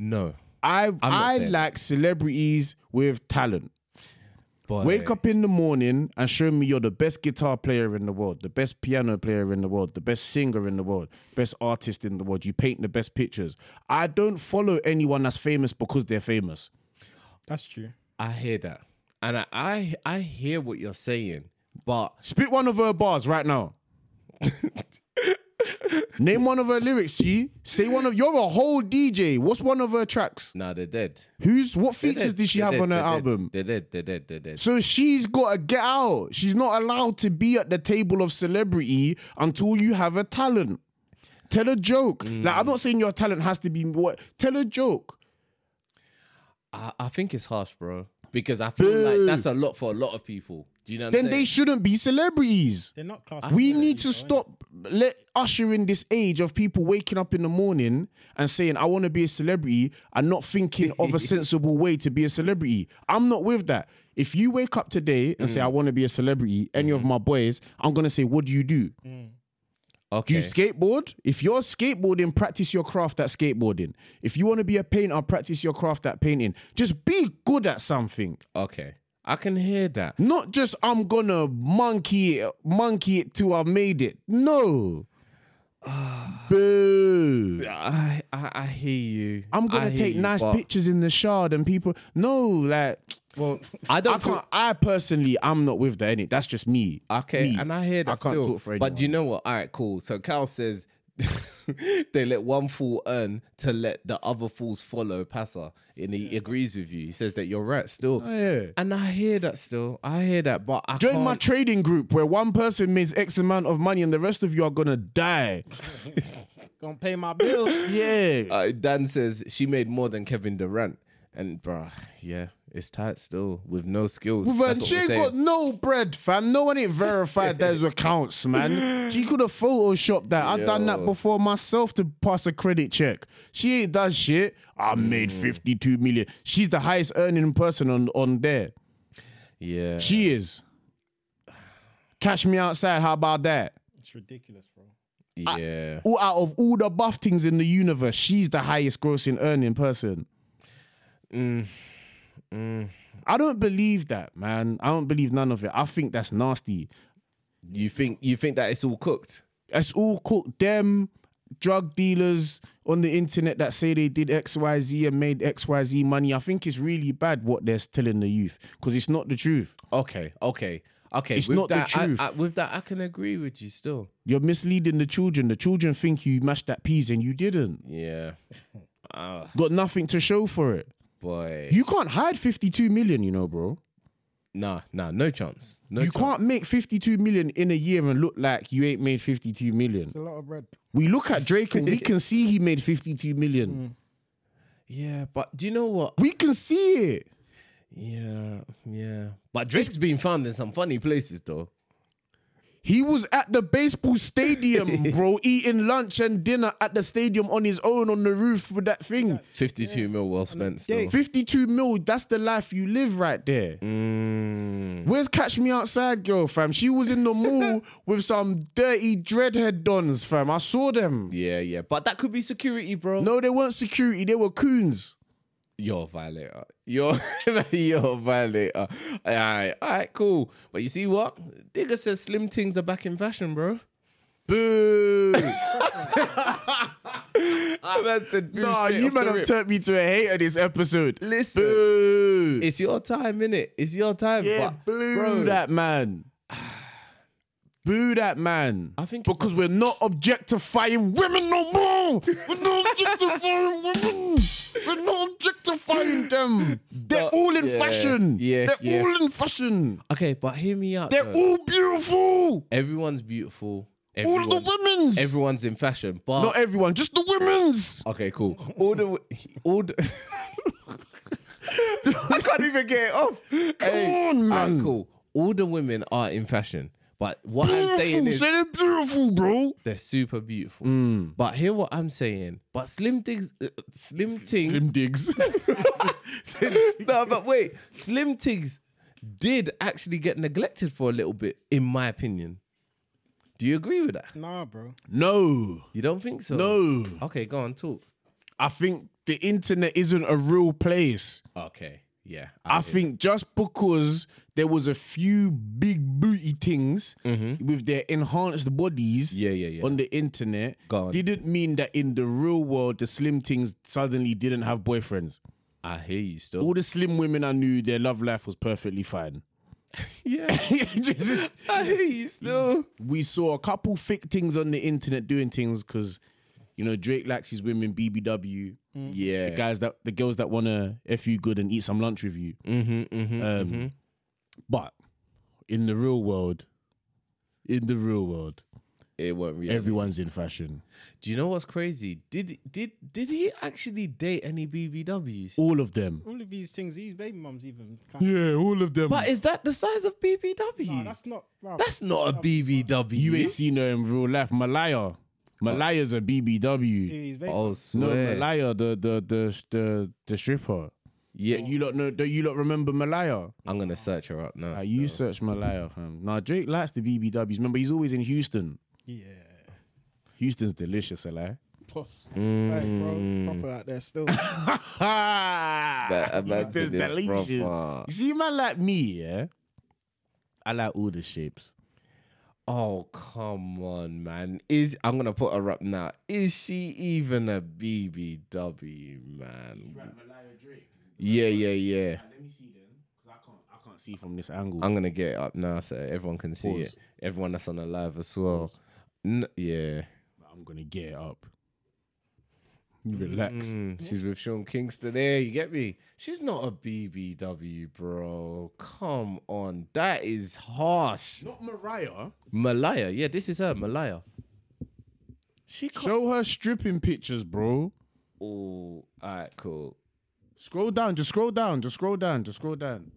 No.
I I
saying
like celebrities with talent.
But
Wake up in the morning and show me you're the best guitar player in the world, the best piano player in the world, the best singer in the world, best artist in the world. You paint the best pictures. I don't follow anyone that's famous because they're famous.
That's true.
I hear that, and I, I I hear what you're saying, but
Spit one of her bars right now. Name one of her lyrics, G. Say one of you're a whole DJ. What's one of her tracks?
now they're dead.
Who's what
They're
features
dead,
did she
they're
have
dead,
on her
they're dead,
album?
They're dead. They're dead. They're dead.
So she's got to get out. She's not allowed to be at the table of celebrity until you have a talent. Tell a joke.
Mm.
Like I'm not saying your talent has to be what. Tell a joke.
I, I think it's harsh, bro. because I feel like that's a lot for a lot of people. Do you know? What
Then
I'm
they
saying?
celebrities. shouldn't be celebrities.
They're not class.
We need to stop let usher in this age of people waking up in the morning and saying, I want to be a celebrity and not thinking of a sensible way to be a celebrity. I'm not with that. If you wake up today and
Mm.
say, I want to be a celebrity, any
Mm-hmm.
of my boys, I'm gonna say, What do you do? Do
okay.
you skateboard? If you're skateboarding, practice your craft at skateboarding. If you want to be a painter, practice your craft at painting. Just be good at something.
okay, I can hear that.
Not just I'm gonna monkey it, monkey it till I've made it. No. Boo.
I I, I hear you.
I'm
I
gonna
hear
take
you,
nice
but
pictures in the shard and people no, like well
I
I
don't. feel-
can't I personally I'm not with that innit. That's just me.
Okay,
Me.
and I hear that.
I can't
still.
talk for anyone.
But do you know what? All right, cool. So Cal says they let one fool earn to let the other fools follow Passer, and he agrees with you. He says that you're right still.
Oh, yeah.
And I hear that still. I hear that, but I
Join
can't.
my trading group where one person makes X amount of money and the rest of you are gonna die.
Gonna pay my bill.
Yeah.
uh, Dan says she made more than Kevin Durant, and bruh, yeah, it's tight still with no skills.
But
That's
she
what
ain't
we're
got
saying.
no bread, fam. No one ain't verified those accounts, man. She could have photoshopped that. I've done that
Yo.
before myself to pass a credit check. She ain't done shit. I
Hmm.
made 52 million. She's the highest earning person on, on there.
yeah.
She is. Cash me outside. How about that?
It's ridiculous, bro.
yeah.
All out of all the buff things in the universe, she's the highest grossing earning person. Mm. I don't believe that, man. I don't believe none of it. I think that's nasty.
you think you think that it's all cooked?
It's all cooked. Them drug dealers on the internet that say they did XYZ and made XYZ money. I think it's really bad what they're telling the youth because it's not the truth.
Okay, okay, okay.
It's
with
not the
that, I-
truth.
I, with that, I can agree with you still.
You're misleading the children. The children think you mashed that peas and you didn't.
Yeah. Oh
Got nothing to show for it.
boy.
You can't hide 52 million, you know, bro.
nah, nah, no chance. No
you
chance.
can't make 52 million in a year and look like you ain't made 52 million.
It's a lot of bread.
We look at Drake and we can see he made 52 million.
Yeah, but do you know what?
We can see it.
Yeah, yeah. But Drake's been found in some funny places though.
He was at the baseball stadium, bro, eating lunch and dinner at the stadium on his own on the roof with that thing.
52 mil well spent still.
52 mil, that's the life you live right there.
Mm.
Where's Catch Me Outside, girl, fam? She was in the mall with some dirty dreadhead dons, fam. I saw them.
Yeah, yeah. But that could be security, bro.
No, they weren't security, they were coons.
You're a violator. You're you're a violator. Alright, alright, cool. But you see what? Digger says slim things are back in fashion, bro.
Boo.
that said, boom,
Ah. nah,
straight
you
off the
man have
rip.
turned me to a hater this episode.
Listen.
Boo.
It's your time, innit? It's your time.
yeah,
but,
boo
bro,
that man. Boo that man.
I think it's
because we're not objectifying women no more. We're not objectifying women. We're not objectifying them. They're
But-
all in
yeah,
fashion.
yeah,
They're
yeah.
all in fashion.
Okay, but hear me out.
They're
though.
all beautiful.
Everyone's
All
beautiful. Everyone,
of the women's.
Everyone's in fashion, but
not everyone, just the women's.
okay, cool. All the w- all. The, I can't even get it off. Come
on, man.
cool. All the women are in fashion, but what
Beautiful.
I'm saying is
Say they're beautiful, bro.
they're super beautiful.
Mm.
But hear what I'm saying. But slim things, uh, slim things.
Slim digs.
no, but wait, Slim Tigs did actually get neglected for a little bit, in my opinion. Do you agree with that?
Nah, bro.
no.
You don't think so?
No.
Okay, go on, talk.
I think the internet isn't a real place.
Okay, yeah.
I think just because there was a few big booty things with their enhanced bodies
Yeah, yeah, yeah.
on the internet
Go on.
didn't mean that in the real world the slim things suddenly didn't have boyfriends.
I hear you still.
All the slim women I knew, their love life was perfectly fine.
Yeah,
Just-
I hear you still.
we saw a couple thick things on the internet doing things because you know Drake likes his women BBW.
Yeah.
The guys that the girls that wanna F you good and eat some lunch with you.
Mm-hmm, mm-hmm.
Um, But in the real world, in the real world,
it weren't real.
Everyone's in fashion.
Do you know what's crazy? Did did did he actually date any BBWs?
All of them.
All of these things, these baby mums even. Can't.
Yeah, all of them.
But is that the size of BBW?
Nah, that's not. Bruv.
That's not a BBW.
you ain't seen her in real life. Malaya. Malaya's a BBW.
these baby
Oh,
mums.
No,
swear.
Malaya, the the the the, the stripper.
yeah,
You lot know. Do you lot remember Malaya?
I'm gonna search her up now.
Like, you search Malaya, fam. Nah, Drake likes the BBWs. Remember, he's always in Houston.
Yeah.
Houston's delicious, a lie.
Plus,
Mm.
Hey, bro, it's proper out there still.
But I'm back to
Houston's
this
delicious.
proper.
You see, man, like me, yeah. I like all the shapes.
Oh come on, man! Is I'm gonna put her up now. Is she even a BBW, man? Yeah, yeah, yeah.
Let me see then, because I can't, I can't see from this angle.
I'm gonna get it up now so everyone can see
Pause.
it. Everyone that's on the live as well. N- yeah.
I'm gonna get it up. You relax.
Mm, she's with Sean Kingston there. You get me? She's not a BBW, bro. Come on, that is harsh.
Not Mariah.
Malaya, yeah, this is her, Malaya. She can't.
Show her stripping pictures, bro.
Oh, all right, cool.
Scroll down, just scroll down, just scroll down, just scroll down.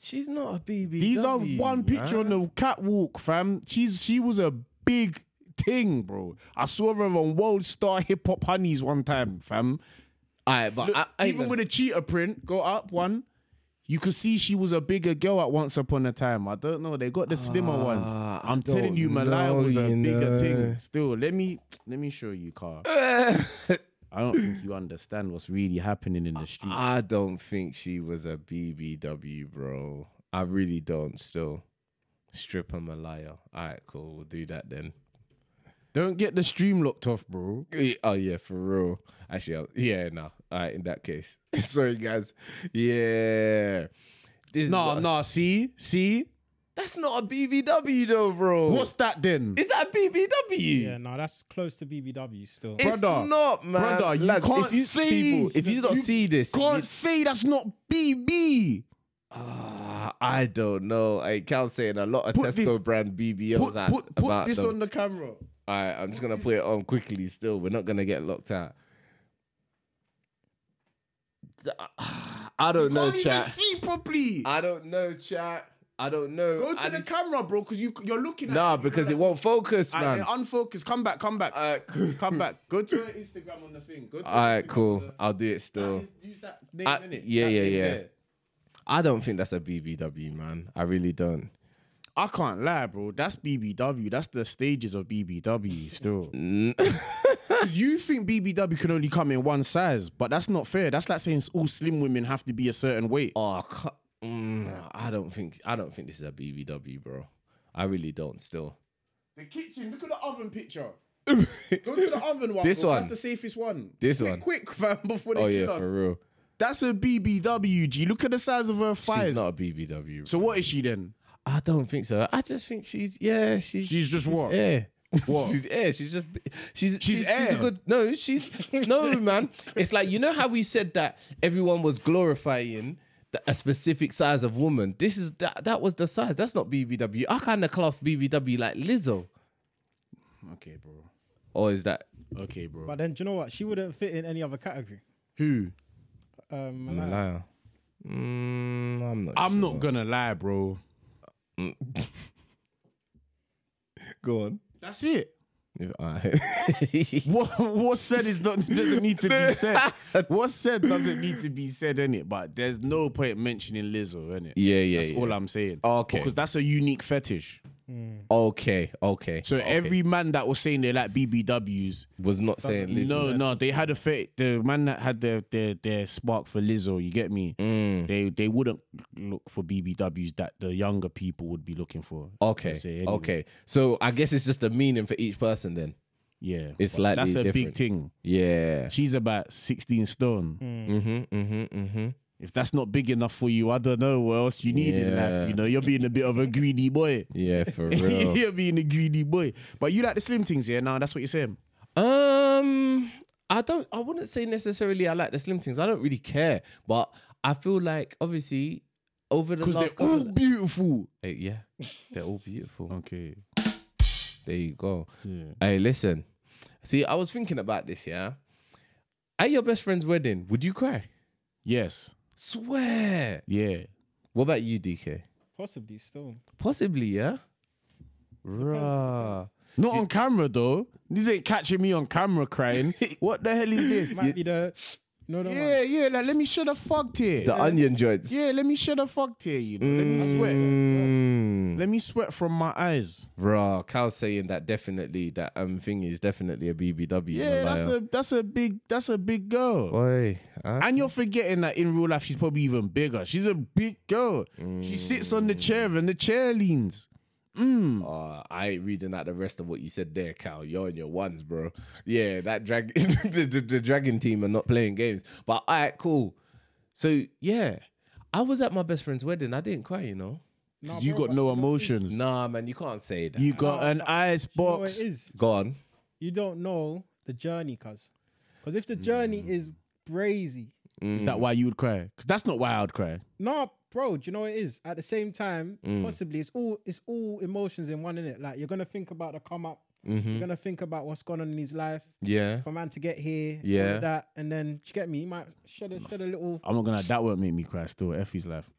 She's not a BBW.
These are one picture on the catwalk, fam. She's she was a big thing, bro. I saw her on World Star Hip Hop Honeys one time, fam.
All right, but
Look,
I, I
even with a cheetah print, go up one. You could see she was a bigger girl at once upon a time. I don't know. They got the slimmer ones.
Ah, I
I'm telling
don't
you, Malaya
know,
was a
you
bigger
know.
thing. Still, let me let me show you, Car. I don't think you understand what's really happening in the street.
I don't think she was a BBW, bro. I really don't. Still, stripper Malaya. All right, cool. We'll do that then.
Don't get the stream locked off, bro.
Yeah, Oh yeah, for real. Actually, I'll- yeah, no. All right, in that case, sorry guys. Yeah, this
Nah,
is not,
nah. See, see.
that's not a BBW though, bro.
What's that then?
is that a BBW?
Yeah, no, that's close to BBW still.
It's
Brother,
not, man.
brother, you
Lads,
can't
if you,
see.
People, if you don't
You
see this,
Can't
you-
say that's not BB.
Ah, I don't know. I can't say in a lot of
Put
Tesco
this-
brand BBLs.
Put,
out
put, put
about
this
them.
on the camera.
All right, I'm just gonna put it on quickly. Still, we're not gonna get locked out. Th- ah, I don't know,
Can't even
chat.
see properly.
I don't know, chat. I don't know.
Go to
I
the
just-
camera, bro, because you you're looking at.
Nah,
it, you
because it
know
won't focus,
that's-
man.
I- unfocused. Come back. Come back.
All right,
come back. Go to her Instagram on the thing. Go to her
All right,
Instagram
cool.
on the-
I'll do it
That
still.
is- Use that name,
I-
innit?
yeah,
That
yeah,
name
yeah.
there.
I don't think that's a BBW, man. I really don't.
I can't lie, bro. That's BBW. That's the stages of BBW still. you think BBW can only come in one size, but that's not fair. That's like saying all slim women have to be a certain weight.
Oh, cu- mm, I don't think. I don't think this is a BBW, bro. I really don't. Still.
The kitchen, look at the oven picture. Go to the oven one.
This
bro.
one.
That's the safest one.
This
Quick,
one.
Quick, fam, before they
Oh
kill
yeah,
us.
for real.
That's a BBW, G. Look at the size of her thighs.
She's not a BBW.
so what is she then?
I don't think so. I just think she's yeah. She's
She's just what?
air.
What?
she's air. She's just she's she's she's, a
air.
good no. She's no man. It's like you know how we said that everyone was glorifying the, a specific size of woman. This is that that was the size. That's not BBW. I kind of class BBW like Lizzo.
Okay, bro.
Or is that
Okay, bro.
But then, do you know what? She wouldn't fit in any other category.
Who?
Um,
I'm a
Malaya.
liar? Mm, I'm not.
I'm
sure.
not gonna lie, bro.
Go on.
That's it.
If I-
What what's said is not doesn't need to be said. What's said doesn't need to be said in it. But there's no point mentioning Lizzo in it.
yeah, yeah.
that's
yeah.
all I'm saying.
Okay.
because that's a unique fetish.
Okay, okay.
So
okay.
every man that was saying they like BBWs,
was not saying Lizzo.
no, no, they had a fet. The man that had their their their spark for Lizzo, you get me?
Mm.
They they wouldn't look for BBWs that the younger people would be looking for.
Okay.
I'd say anyway.
Okay. So I guess it's just a meaning for each person then.
yeah,
It's
But
slightly
that's a big
different.
thing.
Yeah.
She's about sixteen stone.
Mm-hmm. Mm-hmm. Mm-hmm.
if that's not big enough for you, I don't know what else you need in
Yeah.
life. You know, you're being a bit of a greedy boy.
Yeah, for real.
you're being a greedy boy. But you like the slim things, yeah? Now that's what you're saying.
um, I don't I wouldn't say necessarily I like the slim things. I don't really care. But I feel like obviously over the
Because
last
they're all Oh.
couple of-
beautiful.
Eh, yeah. They're all beautiful.
Okay.
There you go.
Yeah.
Hey, listen. See, I was thinking about this, yeah. At your best friend's wedding, would you cry?
Yes.
Swear.
Yeah.
What about you, DK?
Possibly still.
Possibly, yeah. Bruh.
Not on camera though. This ain't catching me on camera crying. what the hell is this?
Might be the no no
Yeah, yeah. Like, let me show the fuck tear.
The onion joints.
Yeah, let me show the fuck tear. You know, let me sweat.
Mm,
Let me sweat from my eyes.
bruh, Cal's saying that definitely that um thing is definitely a BBW.
Yeah, that's a that's a big that's a big girl.
boy. huh?
And you're forgetting that in real life she's probably even bigger. She's a big girl. She sits on the chair and the chair leans.
Uh, I ain't reading out the rest of what you said there, Cal. You're in your ones, bro. Yeah, that drag the, the, the dragon team are not playing games. But all right, cool. So yeah, I was at my best friend's wedding. I didn't cry, you know.
'Cause you got no emotions.
Nah, man, you can't say that.
You got an ice
No, it
box.
is.
gone.
You don't know the journey, cuz. Because if
Mm.
the journey is crazy,
Is Mm. that why you would cry? Because that's not why I would cry.
Nah, bro, do you know what it is? At the same time,
Mm.
possibly it's all it's all emotions in one, innit? Like you're gonna think about the come up,
Mm-hmm.
you're gonna think about what's going on in his life,
Yeah.
for man to get here, all of
Yeah.
that, and then do you get me, you might shed a shed a little
I'm not gonna. That won't make me cry. Still, Effie's life.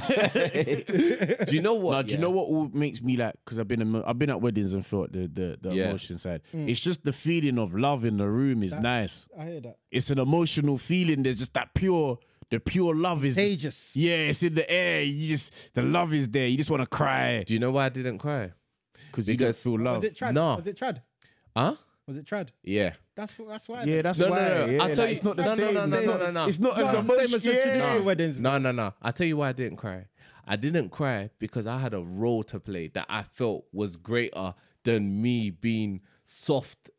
Do you know what?
Now, do you
yeah?
know what all makes me like? Because I've been emo- I've been at weddings and felt the the, the
Yeah.
emotion side.
Mm.
It's just the feeling of love in the room is nice.
I hear that.
It's an emotional feeling. There's just that pure. The pure love is
Contagious.
Yeah, it's in the air. You just the love is there. You just want to cry
Do you know why I didn't cry?
because you don't
Because-
feel love.
Was it trad?
nah.
Was it trad?
Huh?
Was it trad?
Yeah.
That's that's why.
Yeah, that's
No, no,
why.
no, no.
Yeah,
I'll tell
like,
you-
it's not the
no, no,
same.
no, no,
it's
no,
not-
no, no.
It's not
It's
as
not the same as
emotional.
the
Yeah.
traditional weddings.
No, no, no. I'll tell you why I didn't cry. I didn't cry because I had a role to play that I felt was greater than me being soft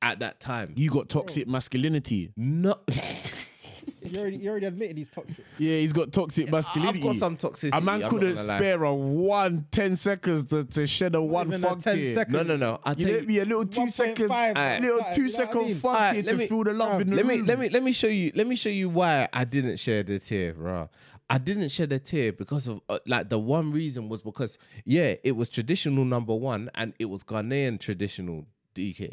at that time.
You got toxic masculinity.
No.
You already you already admitted he's toxic.
Yeah, he's got toxic masculinity.
I've got some toxicity.
A
I'm
man
not
couldn't
gonna lie.
spare a one ten seconds to, to shed a one
even a
fuck
10
tear.
second.
No, no, no. I'll
You
tell
let me a little two second,
1.5,
Aight.
little
like,
two
you know what I
second
mean?
fuck
Alright,
tear
let
to
me-
feel the love in the
let me
room.
let me let me show you let me show you why I didn't shed a tear, bro. I didn't shed a tear because of uh, like the one reason was because yeah, it was traditional number one and it was Ghanaian traditional DK.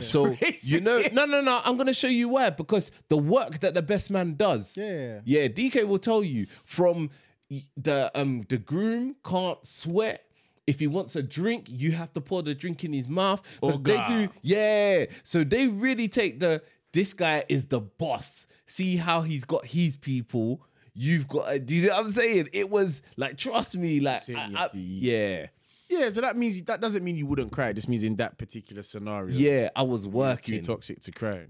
so you know no no no I'm gonna show you why because the work that the best man does
Yeah.
yeah DK will tell you from y- the um the groom can't sweat. If he wants a drink, you have to pour the drink in his mouth. 'cause they
Oga.
Oh,
do yeah. So they really take the this guy is the boss. See how he's got his people. You've got uh, do you know what I'm saying? It was like trust me, like I- I-
Seriously.
yeah.
Yeah, so that means that doesn't mean you wouldn't cry. This means in that particular scenario,
Yeah, I was
too
working.
toxic to cry.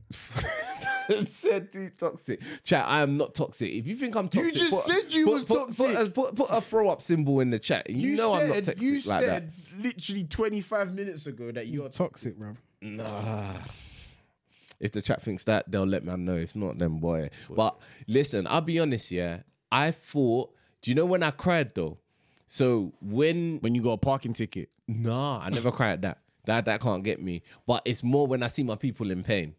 said too toxic. Chat, I am not toxic. If you think I'm toxic,
just
put-
said you
put-
was
put- Put,
toxic.
a- put, put a throw up symbol in the chat. and You, know I'm not toxic
you
like that.
said literally 25 minutes ago that you're toxic.
Toxic, bro.
Nah. If the chat thinks that, they'll let man know. If not, then boy. But listen, I'll be honest, yeah. I thought, do you know when I cried though? So when
when you got a parking ticket.
nah, I never cried at that. That that can't get me. But it's more when I see my people in pain.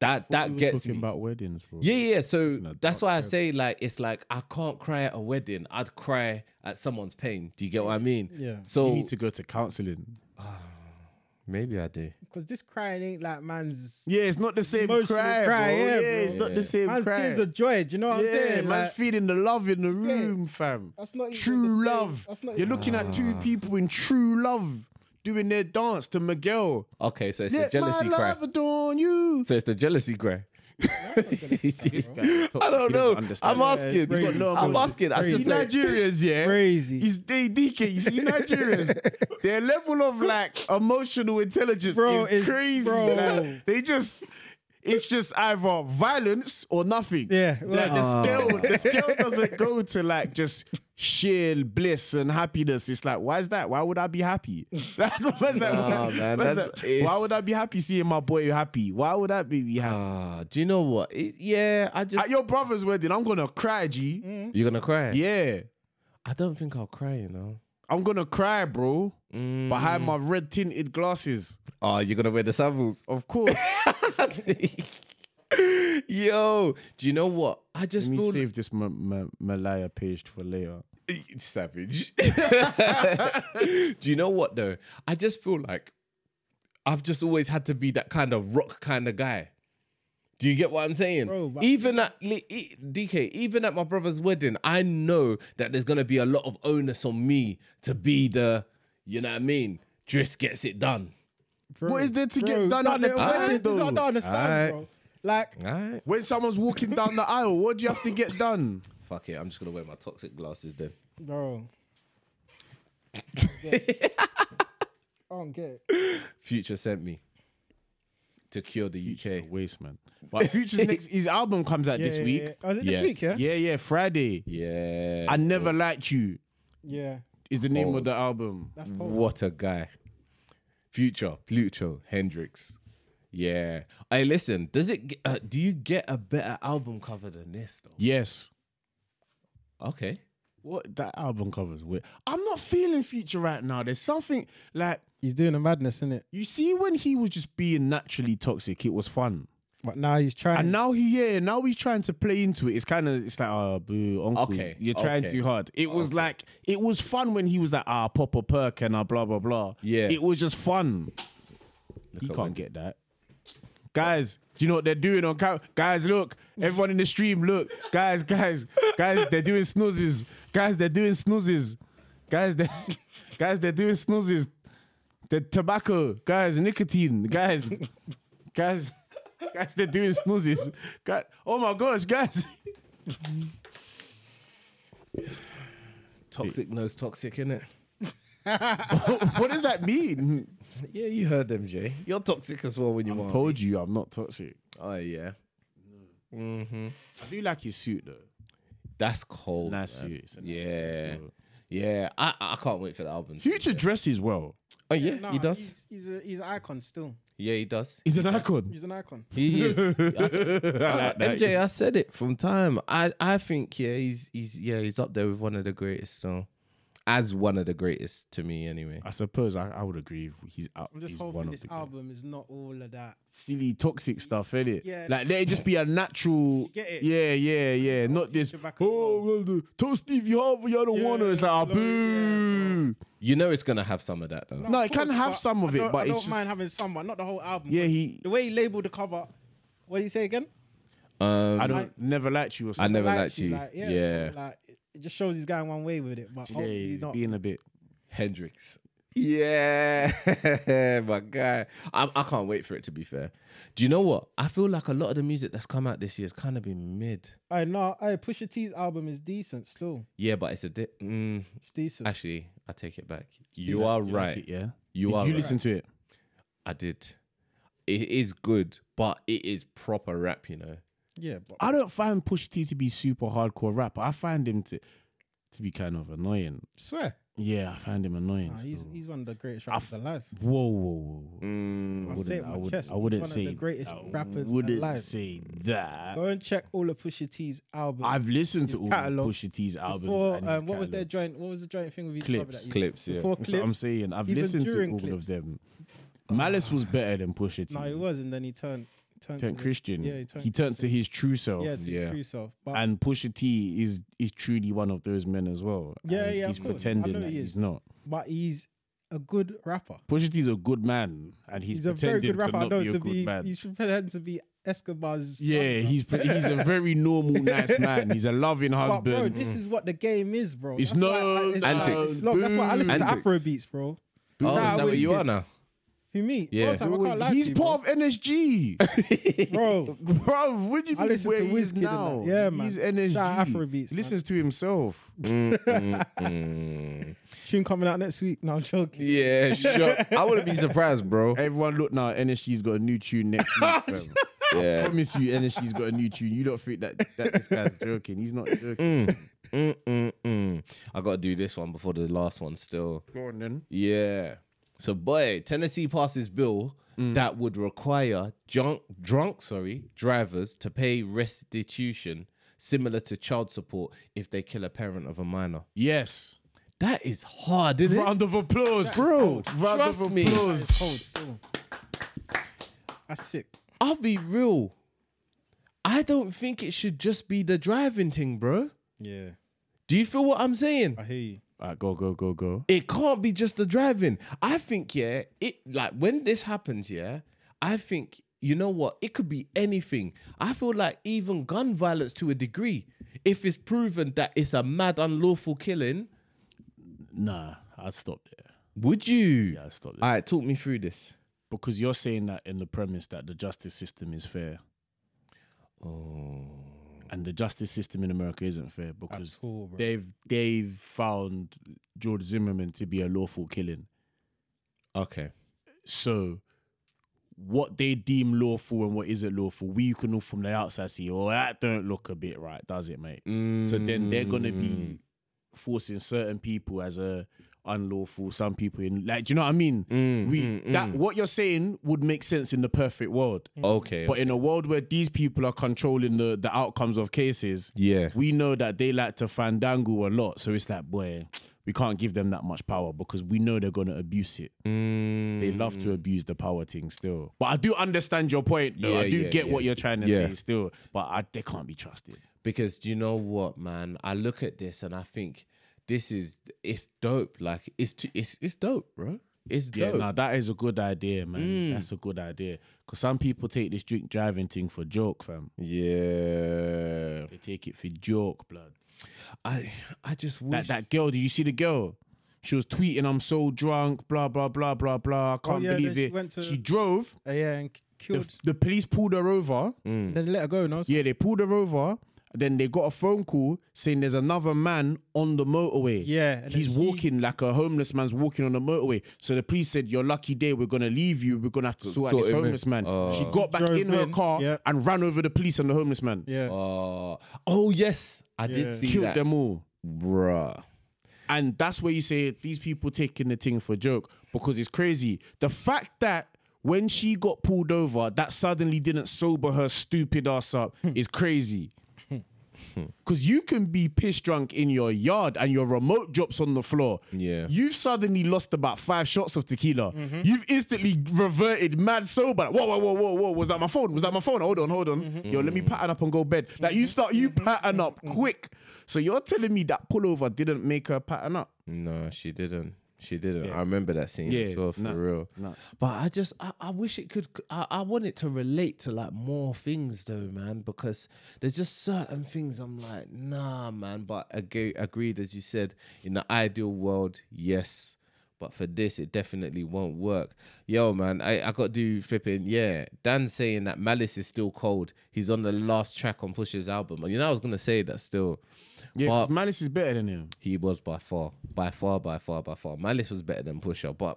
That
We
that
were
gets
talking
me.
about weddings, bro.
Yeah, yeah. So
No,
that's
dark
why I
web.
say like it's like I can't cry at a wedding. I'd cry at someone's pain. Do you get what I mean?
Yeah.
So
you need to go to counselling.
maybe I do.
Because this crying ain't like man's
Yeah, it's not the same
Emotional
cry,
cry,
bro. Yeah,
yeah,
it's
bro.
not the same
man's
cry.
tears of joy. Do you know what I'm
yeah,
saying?
man's
Like,
feeling the love in the room, fam.
That's not even the
true
same-
love.
that's not
You're
even-
looking at two people in true love doing their dance to Miguel.
Okay, so it's the
Let
jealousy
my
cry.
love adorn you.
So it's the jealousy cry.
guy.
I don't
He doesn't
know.
understand.
I'm
Yeah,
asking.
he's got no
I'm
emotion.
asking. I
You
said,
see
like,
Nigerians, yeah.
Crazy.
He's they DK. You see Nigerians, their level of like emotional intelligence
Bro,
is
it's-
crazy.
bro.
Like, they just. It's just either violence or nothing.
Yeah,
Like, the
Oh.
scale, the scale doesn't go to like just sheer bliss and happiness. It's like, why is that? Why would I be happy? Like, what's that?
Nah,
what's
man,
that?
that's- it's-
Why would I be happy seeing my boy happy? Why would I be happy?
ah, do you know what? It- yeah, I just
At your brother's wedding, I'm gonna cry, G.
you're gonna cry.
Yeah.
I don't think I'll cry. You know.
I'm gonna cry, bro.
Mm.
Behind my red tinted glasses.
Oh, you're gonna wear the samples.
Of course.
Yo, do you know what? I just
Let me
feel
save this M- M- Malaya page for later.
savage. Do you know what though? I just feel like I've just always had to be that kind of rock kind of guy. Do you get what I'm saying?
Bro, but-
even at li- e- DK, even at my brother's wedding, I know that there's gonna be a lot of onus on me to be the, you know what I mean? Driss gets it done.
What is there to get
Bro,
done at the
it
time,
already. This is what I
though?
don't understand,
Aight.
bro. Like,
All right,
When someone's walking down the aisle, what do you have to get done?
fuck it. I'm just gonna wear my toxic glasses then.
bro. I don't get it.
Future sent me to cure the UK.
Waste, man. But Future's next, his album comes out this
Yeah,
week.
yeah, yeah. Oh, is it this
Yes.
week, yeah?
Yeah, yeah, Friday.
Yeah.
I never liked you
Yeah.
is the name
Oh.
of the album.
That's cold.
What a guy. Future, Pluto, Hendrix. Yeah. Hey, listen, does it g- uh, do you get a better album cover than this though?
Yes.
Okay.
What that album covers with? I'm not feeling Future right now. There's something like
He's doing a madness, isn't it?
you see when he was just being naturally toxic, it was fun.
But now he's trying.
And now he yeah, now he's trying to play into it. It's kind of it's like oh boo, uncle,
Okay,
you're trying
okay.
too hard. It was like it was fun when he was like ah pop a perk and ah blah blah blah.
Yeah.
it was just fun. he
at
can't
Wendy.
get that. Guys, do you know what they're doing on camera? Guys, look, everyone in the stream, look, guys, guys, guys, they're doing snoozes. Guys, they're doing snoozes. Guys, they guys, they're doing snoozes. The tobacco, guys, nicotine, guys, guys, guys, they're doing snoozes. Guys, oh my gosh, guys.
Toxic knows toxic, it?
what does that mean?
Yeah, you heard them, Jay. You're toxic as well when you want.
Told you I'm not toxic.
oh yeah. Mm-hmm.
I do like his suit though.
That's cold.
Nice
man.
suit. It's a nice
Yeah.
suit, so-
Yeah. I I can't wait for the album.
Future dresses well.
Oh yeah, he
Nah,
does.
He's, he's, a, he's an icon still.
Yeah, he does.
He's an icon.
He's an icon.
He is. I
I like that.
MJ, Uh, I said it from time. I, I think yeah, he's he's yeah, he's up there with one of the greatest. So, as one of the greatest to me, anyway.
I suppose I, I would agree. if He's up.
I'm just
he's one
hoping
of
this
the great-
album is not all of that.
silly toxic stuff, innit?
Yeah.
Like let it just be a natural.
Get it?
Yeah, yeah, yeah. Not this.
Future back as
Oh, well, the, tell Steve Harvey I don't want to. It's like
Yeah,
ah,
like,
boo.
You know, it's gonna have some of that though.
No,
Of
it can
course,
have some of
I
it,
don't-
but
I
it's
don't
just-
mind having some, but not the whole album.
Yeah,
But
he.
the way he labeled the cover. What do you say again?
Um,
I don't
like-
never liked you or
I
something.
never
Like
liked you.
like,
yeah.
Like it it just shows he's going one way with it, but
Yeah,
hopefully
he's
he's not.
being a bit.
Hendrix. Yeah, my guy. I, I can't wait for it. To be fair, do you know what? I feel like a lot of the music that's come out this year has kind of been mid.
I know. I Pusha T's album is decent still.
Yeah, but it's a di- mm,
It's decent.
actually. I take it back. You are
You like
right.
it, yeah.
You
Did
are
you
right.
listen to it?
I did. It is good, but it is proper rap, you know.
yeah, but
I don't find Push T to be super hardcore rapper. I find him to to be kind of annoying.
swear,
Yeah, I find him annoying.
nah, Ah, he's
still.
he's one of the greatest rappers alive.
whoa, whoa, whoa. whoa.
Mm,
I
wouldn't-
say it with
I
my
wouldn't-
chest.
I
he's
wouldn't
one
say
of the greatest
I
rappers
wouldn't
alive.
say that.
Go and check all of Pusha T's albums.
I've listened to
his
all
catalog
Pusha T's albums.
Before,
and his
um, what was their
catalog.
joint? What was the joint thing with each other
Clips.
that you
Clips, yeah.
Before
That's
clips,
what I'm saying. I've
even
listened to
during
all of
clips? Ah.
them. Malice was better than Pusha T.
no, he was, and then he turned turned,
turned
to the-
Christian.
Yeah, he
turned,
turned.
to his true self.
yeah, to
Yeah.
true self. But
and Pusha T is is truly one of those men as well.
Yeah,
And
yeah, of
He's
course. I
pretending
know
that
he
he's
is.
not.
but he's a good rapper.
Pusha T's a good man, and he's,
He's, a very
pretending
good rapper.
to
I
not
know
be a
to
good
be.
man.
He's pretending to be Escobar's. son,
yeah,
bro.
he's pre- he's a very normal, nice man. He's a loving
But
husband. Mm.
bro, this is what the game is, bro.
It's
That's why I-
no-
it's- it's
Antics.
long. That's why I listen to
Antics.
Afro beats, bro.
Oh,
Nah,
is that
I
where
was
you
good.
are now?
Who me?
Yeah.
All time, I can't lie
he's
to you, bro.
part of NSG.
bro.
Bro, would you
I
be
listen
where
to
he is
Wizkid and
now?
that. Yeah, man.
He's NSG.
Shout out Afrobeats,
He
man.
listens to himself.
Tune coming out next week. No, I'm joking.
Yeah, sure. I wouldn't be surprised, bro.
Everyone, look now. NSG's got a new tune next week. fam. I
Yeah.
promise you, NSG's got a new tune. You don't think that, that this guy's joking? He's not joking.
Mm, mm, mm. I gotta do this one before the last one still.
Go on then.
Yeah. So boy, Tennessee passes bill
Mm.
that would require junk drunk, sorry, drivers to pay restitution similar to child support if they kill a parent of a minor.
Yes.
That is hard, isn't it?
Round of applause,
Bro,
Round
trust
of
me.
applause.
It's cold still. That's sick.
I'll be real. I don't think it should just be the driving thing, bro.
Yeah.
Do you feel what I'm saying?
I hear you.
All right, go, go, go, go.
It can't be just the driving. I think, yeah, it like when this happens, yeah, I think, you know what, it could be anything. I feel like even gun violence to a degree, if it's proven that it's a mad unlawful killing,
Nah, I'd stop there.
would you?
I'd stop there.
All right, talk me through this.
because you're saying that in the premise that the justice system is fair. Oh. And the justice system in America isn't fair because
all, bro.
they've they've found George Zimmerman to be a lawful killing.
Okay.
So what they deem lawful and what isn't lawful, we can all from the outside see, oh, that don't look a bit right, does it, mate? So then they're gonna be forcing certain people as a unlawful, some people in like do you know what I mean?
Mm,
we that what you're saying would make sense in the perfect world.
Okay.
But in a world where these people are controlling the, the outcomes of cases,
yeah.
we know that they like to fandangle a lot. So it's like, boy, we can't give them that much power because we know they're going to abuse it. They love to abuse the power thing still. But I do understand your point, though. I
Yeah,
do
yeah,
get
yeah.
what you're trying to
Yeah.
say still. But I, they can't be trusted.
because do you know what man i look at this and i think this is it's dope like it's too, it's it's dope bro it's
Yeah,
dope
now that is a good idea, man. That's a good idea. Because some people take this drink driving thing for joke, fam.
yeah
They take it for joke, blood.
i i just wish
That, that girl, did you see the girl? She was tweeting, I'm so drunk, blah, blah, blah, blah, blah. I can't
yeah, then
believe
she
it.
went to-
She drove.
Uh, yeah, and k-
The,
killed.
the police pulled her over.
mm.
Then let her go. No,
Yeah, they pulled her over. Then they got a phone call saying there's another man on the motorway.
Yeah, and
He's
then she-
walking like a homeless man's walking on the motorway. So the police said, Your lucky day, we're going to leave you. We're going to have to sort out
sort
this
him in. Uh.
homeless man. she got back
Drove
in her
in,
car
yeah.
and ran over the police and the homeless man.
yeah.
uh, oh yes i did
Yeah.
see
Killed
that
them all.
bruh
And that's where you say these people taking the thing for a joke because it's crazy. The fact that when she got pulled over, that suddenly didn't sober her stupid ass up
Hmm.
is crazy. Because you can be piss drunk in your yard and your remote drops on the floor.
Yeah.
You've suddenly lost about five shots of tequila. You've instantly reverted mad sober. Whoa, whoa, whoa, whoa, whoa. Was that my phone? Was that my phone? Hold on, hold on. Yo, let me pattern up and go bed. Like you start, you pattern up quick. So you're telling me that pullover didn't make her pattern up?
no she didn't she didn't i remember that scene as
Yeah,
well for
nah,
real
nah.
but i just I, I wish it could I, I want it to relate to like more things though man because there's just certain things i'm like nah man but aga agreed as you said in the ideal world yes but for this it definitely won't work yo man i, I got to do flipping yeah dan's saying that malice is still cold he's on the last track on push's album and you know i was gonna say that still
Yeah,
But-
'cause Malice is better than him.
he was by far, by far, by far, by far. Malice was better than Pusher, but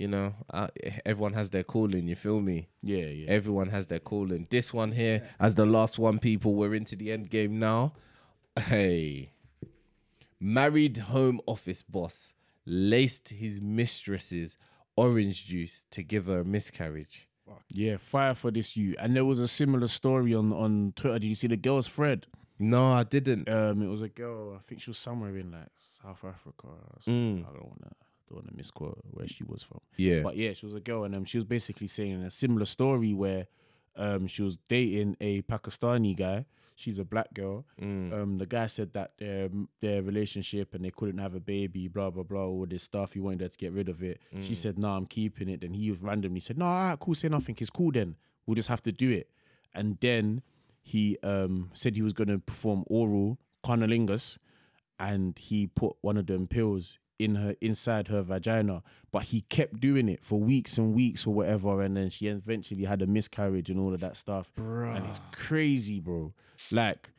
you know, I, everyone has their calling. You feel me?
Yeah, yeah.
Everyone has their calling. This one here, as the last one, people, we're into the end game now. Hey, married home office boss laced his mistress's orange juice to give her a miscarriage.
Yeah, fire for this you. And there was a similar story on on Twitter. Did you see the girl's thread?
No, I didn't.
Um, it was a girl. I think she was somewhere in like South Africa. Or something. I don't wanna don't wanna misquote where she was from.
Yeah.
But yeah, she was a girl, and um, she was basically saying a similar story where um, she was dating a Pakistani guy. She's a black girl. Um, the guy said that their their relationship and they couldn't have a baby, blah blah blah, all this stuff. He wanted her to get rid of it. She said, "No, I'm keeping it." Then he was randomly said, "No, all right, cool, say nothing. It's cool. Then we'll just have to do it." And then he um, said he was going to perform oral cunnilingus and he put one of them pills in her inside her vagina but he kept doing it for weeks and weeks or whatever and then she eventually had a miscarriage and all of that stuff and it's crazy bro like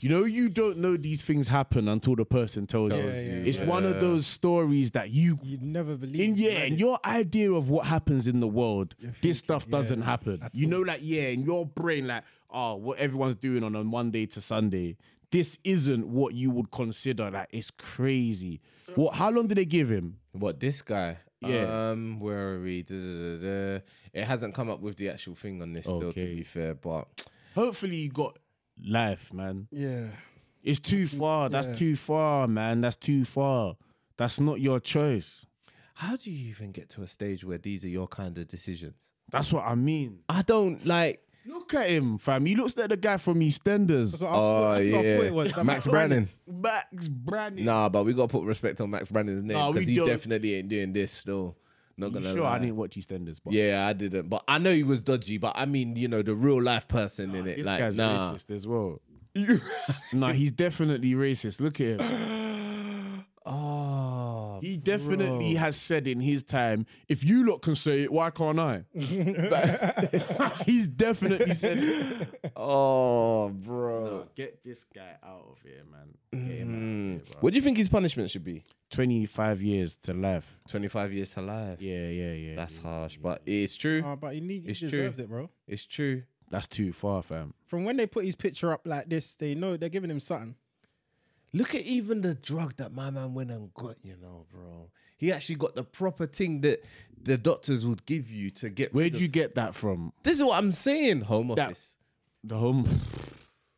you know you don't know these things happen until the person tells you
you,
it's one of those stories that you
You'd never believe.
in
you
yeah,
read
and
it.
your idea of what happens in the world, this stuff doesn't happen. You know, like yeah, in your brain, like oh, what everyone's doing on a Monday to Sunday, this isn't what you would consider. Like it's crazy. What? How long did they give him?
What this guy?
Yeah.
Um, where are we? Da, da, da, da. It hasn't come up with the actual thing on this still, to
Okay.
be fair. But
Hopefully, you got life, man.
yeah.
It's too far. That's too far, man. That's too far. That's not your choice.
how do you even get to a stage where these are your kind of decisions?
That's what I mean.
I don't like.
Look at him, fam. He looks like the guy from EastEnders.
So I
Oh
thought- that's what I thought it was.
yeah,
That
Max
man-
Brannan.
Max Brandy.
Nah, but we gotta put respect on Max Brandon's name
Nah, we
because he
don't.
definitely ain't doing this. Still, not
I'm
gonna
sure
lie.
I didn't watch EastEnders, but
Yeah, I didn't, but I know he was dodgy. But I mean, you know, the real life person in it,
this
like
guy's
nah.
racist as well. nah, he's definitely racist. Look at him.
Oh,
He definitely has said in his time, if you lot can say it, why can't I? He's definitely said it.
oh, bro. Hmm.
Get this guy out of here, man. Get
Mm-hmm.
him out of here, bro.
What do you think his punishment should be?
25 years to life.
Twenty-five years to life.
Yeah, yeah, yeah.
That's
yeah.
harsh, but it's true.
Oh, but he, need, he
It's
deserves it, bro.
It's true.
That's too far, fam.
From when they put his picture up like this, they know they're giving him something.
Look at even the drug that my man went and got, you know, bro. He actually got the proper thing that the doctors would give you to get.
Where'd
rid
you
of-
get that from?
This is what I'm saying. Home
That-
office.
The home.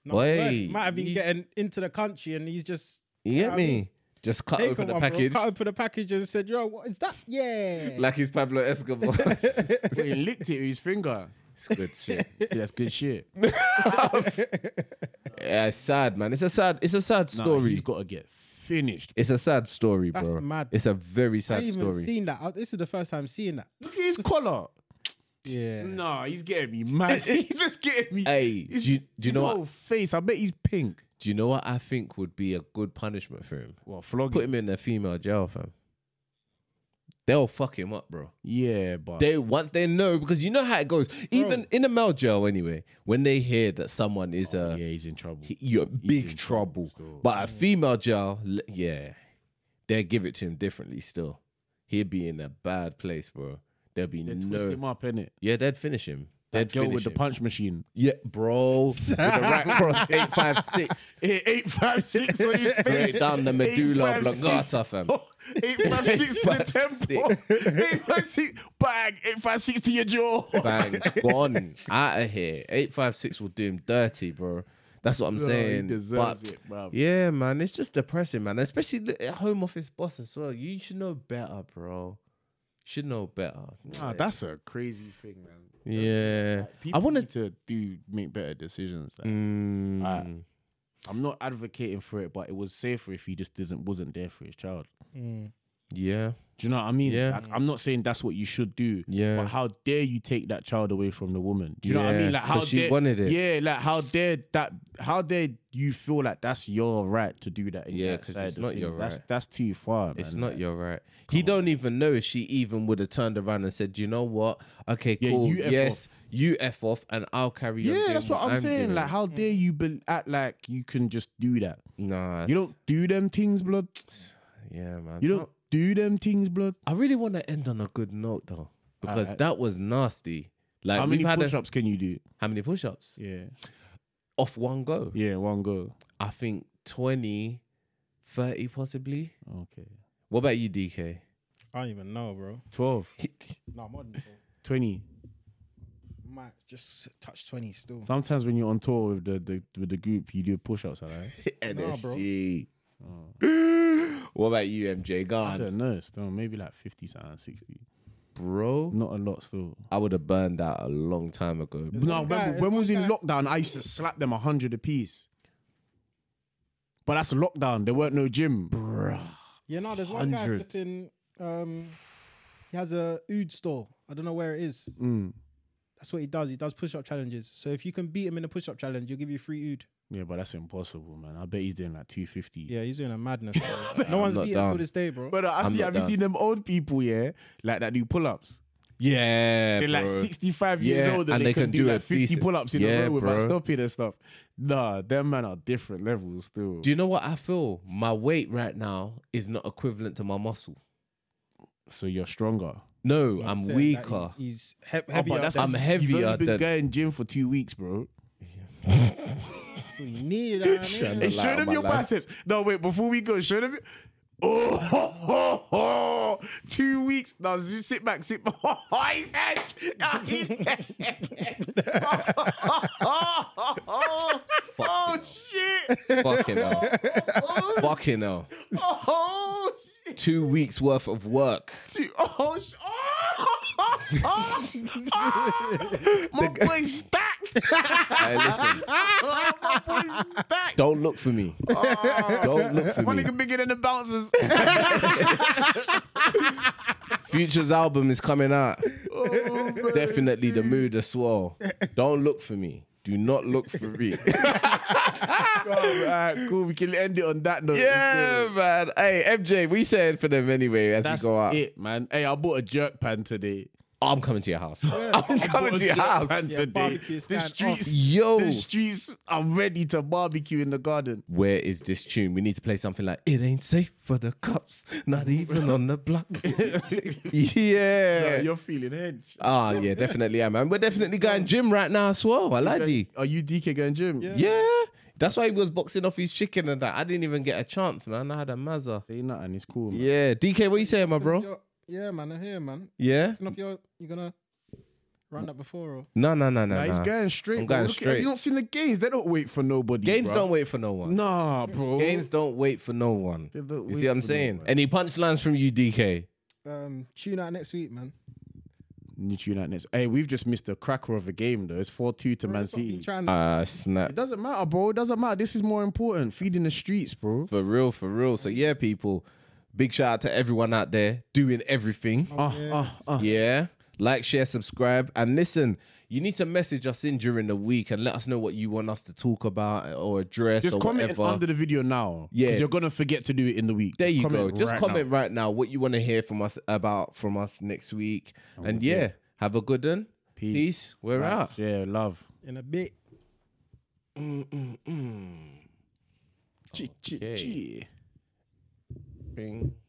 No,
Oi,
Bird might have been
you-
getting into the country and he's just
You get
what I
me?
mean?
Just cut
taken
open the
one, bro.
package
Cut open the package and said, "Yo, what is that? Yeah,
like he's Pablo Escobar.
so he licked it with his finger.
it's good shit.
See, that's good shit.
Yeah, it's sad, man. It's a sad. It's a sad
Nah,
story.
he's got to get finished.
it's a sad story,
That's
bro.
mad.
It's a very
I
sad
ain't even
story.
seen that. I- This is the first time seeing that.
Look at his collar.
Yeah,
Nah, he's getting me mad. he's just getting me.
Hey,
His-
do you, do you
his
know
whole
what?
face. I bet he's pink.
Do you know what I think would be a good punishment for him?
Well, flogging.
Put him in a female jail, fam. They'll fuck him up, bro.
Yeah, but
They once they know because you know how it goes. Even
Oh.
in a male jail, anyway, when they hear that someone is a
yeah, he's in trouble.
uh, he- you're big
in trouble
trouble.
still.
But a female jail, l- yeah, they'll give it to him differently still. He'd be in a bad place, bro. There'll be
they twist
no.
him up, innit?
Yeah, they'd finish him.
That
They'd
girl
finish
with the
him.
punch machine.
Yeah, bro. with the rack cross 856.
Eight five six on his
Straight
face.
down the medulla
Eight, five,
oblongata,
six.
fam.
Oh, Eight five six to
Eight,
the temple. Eight five six. Bang. Eight five six to your jaw.
Bang, gone. Out of here. 856 will do him dirty, bro. That's what I'm
No, he
saying.
deserves
But-
it, bruv.
Yeah, man. It's just depressing, man. Especially the home office boss as well. You should know better, bro. Should know better.
Nah, Ah, that's a crazy thing, man.
Yeah.
People
I want to.
need to do make better decisions. Like,
Mm,
Alright. I'm not advocating for it, but it was safer if he just isn't wasn't there for his child.
yeah.
Do you know what I mean?
Yeah.
Like, I'm not saying that's what you should do.
Yeah.
But how dare you take that child away from the woman? Do you know what I
Yeah,
mean? Like how
'cause she
dare,
wanted it.
Yeah, like how dare that how dare you feel like that's your right to do that in
Yeah,
that
'cause
side
it's
of
not
things.
your
That's
right.
that's too far, man.
It's not your right. He don't even know if she even would have turned around and said, "You know what? Okay,
Yeah,
cool.
you F
yes, you f off, and I'll carry on
Yeah,
doing
that's what I'm, saying.
doing."
Like how dare you be, act like you can just do that.
nah,
You don't do them things, blood.
Yeah, man.
You don't do them things, blood.
I really want to end on a good note though, because
Alright.
that was nasty. Like
how
we've
many
had a-
push ups can you do?
how many push-ups
Yeah.
off one go?
Yeah, one go.
I think 20, 30 possibly.
Okay.
What about you, DK?
I don't even know, bro.
12,
No, more than
20.
might just touch twenty still.
Sometimes when you're on tour with the, the with the group, you do push ups, alright?
NSG. What about you, MJ?
I
God,
don't know, still maybe like 50 something, 60.
bro,
Not a lot still.
I would have burned out a long time ago. bro.
No,
one guy-
when,
it's
when we
one
was in
guy-
lockdown, I used to slap them a hundred apiece. But that's lockdown. There weren't no gym.
Yeah, no, there's one guy
100.
flipping. Um, he has a ood store. I don't know where it is.
Mm.
That's what he does. He does push-up challenges. So if you can beat him in a push-up challenge, he'll give you free ood.
Yeah, but that's impossible, man. I bet he's doing like 250.
Yeah, he's doing a madness. bro. no one's
not
beaten him
down.
till this day, bro.
But uh, I
I'm
see,
not
have you
down.
seen them old people, yeah? Like that do pull ups.
Yeah,
They're like
bro.
65 years
Yeah,
old and,
and
they,
they
can,
can
do,
do a
like 50
decent-
pull ups in
Yeah,
a row without
bro.
stopping and stuff. Nah, them man are different levels still.
Do you know what I feel? My weight right now is not equivalent to my muscle. So
You're stronger.
No,
Like I
I'm
said, that
weaker.
He's, he's he-
Oh,
heavier.
but that's
I'm
because You've
heavier
only been
than-
going gym for two weeks, bro.
that's what you need. you know what I mean?
Shut up.
Hey,
light
show
on
them
my
your
life.
biceps. No, wait, before we go, show them. Oh, ho, ho, ho. Oh, two weeks. Now just sit back, sit back. he's hedge. Ah, he's hedge. oh, shit.
Fucking hell. Fucking hell.
Oh, shit.
Two weeks worth of work.
Two- Oh, sh- oh, oh, oh, oh. My boy's stacked.
Hey, listen, don't look for me. Don't look for
My
me.
nigga bigger than the bouncers.
Future's album is coming out.
Oh, man.
Definitely the mood as well. Don't look for me. Do not look for me.
All right, cool. We can end it on that note.
yeah, man. Hey, MJ, we said for them anyway as
That's
we go out.
it, man. Hey, I bought a jerk pan today.
I'm coming to your house. I'm coming
Bought
to
a
your
jerk
house. Oh,
pan
Yeah,
today.
barbecue's
The
kind of
streets,
Yo.
the streets. I'm ready to barbecue in the garden.
where is this tune? We need to play something like "It ain't safe for the cops, not even on the block."
Yeah,
yeah.
you're feeling hedge.
Ah, yeah, definitely, yeah, man. We're definitely going gym right now as well. I like you.
Are you DK going gym? Yeah.
Yeah, that's why he was boxing off his chicken and that. I didn't even get a chance, man. I had a mazza.
Say nothing. It's cool. Man.
Yeah, DK, what you saying, my bro?
Yo- Yeah, man, I'm here, man.
Yeah,
It's not your, you're gonna run that before or
no, no, no, no.
Nah, he's
no.
going straight.
I'm
bro.
going
Look at-
straight.
You don't seen the gains? They don't wait for nobody.
Gaines
bruv.
don't wait for no one.
Nah, bro.
Gaines don't wait for no one.
They don't
You
wait
see what I'm
for no
saying?
one.
Any punchlines from you, DK?
um tune out next week, man.
Need to unite next. Hey, we've just missed the cracker of a game though. It's four two to Man
That's what I've been
City.
trying-
Ah, snap.
It doesn't matter, bro. It doesn't matter. This is more important. Feeding the streets, bro.
For real, for real. So yeah, people, big shout out to everyone out there doing everything.
Uh, uh, uh.
Yeah. Like, share, subscribe, and listen. You need to message us in during the week and let us know what you want us to talk about or address
Just
or
comment
whatever.
under the video now.
Yeah.
because you're gonna forget to do it in the week.
there
Just
you go.
comment
Just
right
comment
now.
right now what you want to hear from us about from us next week. And yeah, have a good one. Peace.
Peace.
We're
Right.
out.
Yeah, love.
in a bit.
Chi- chi-
Okay.
chi.
Bing.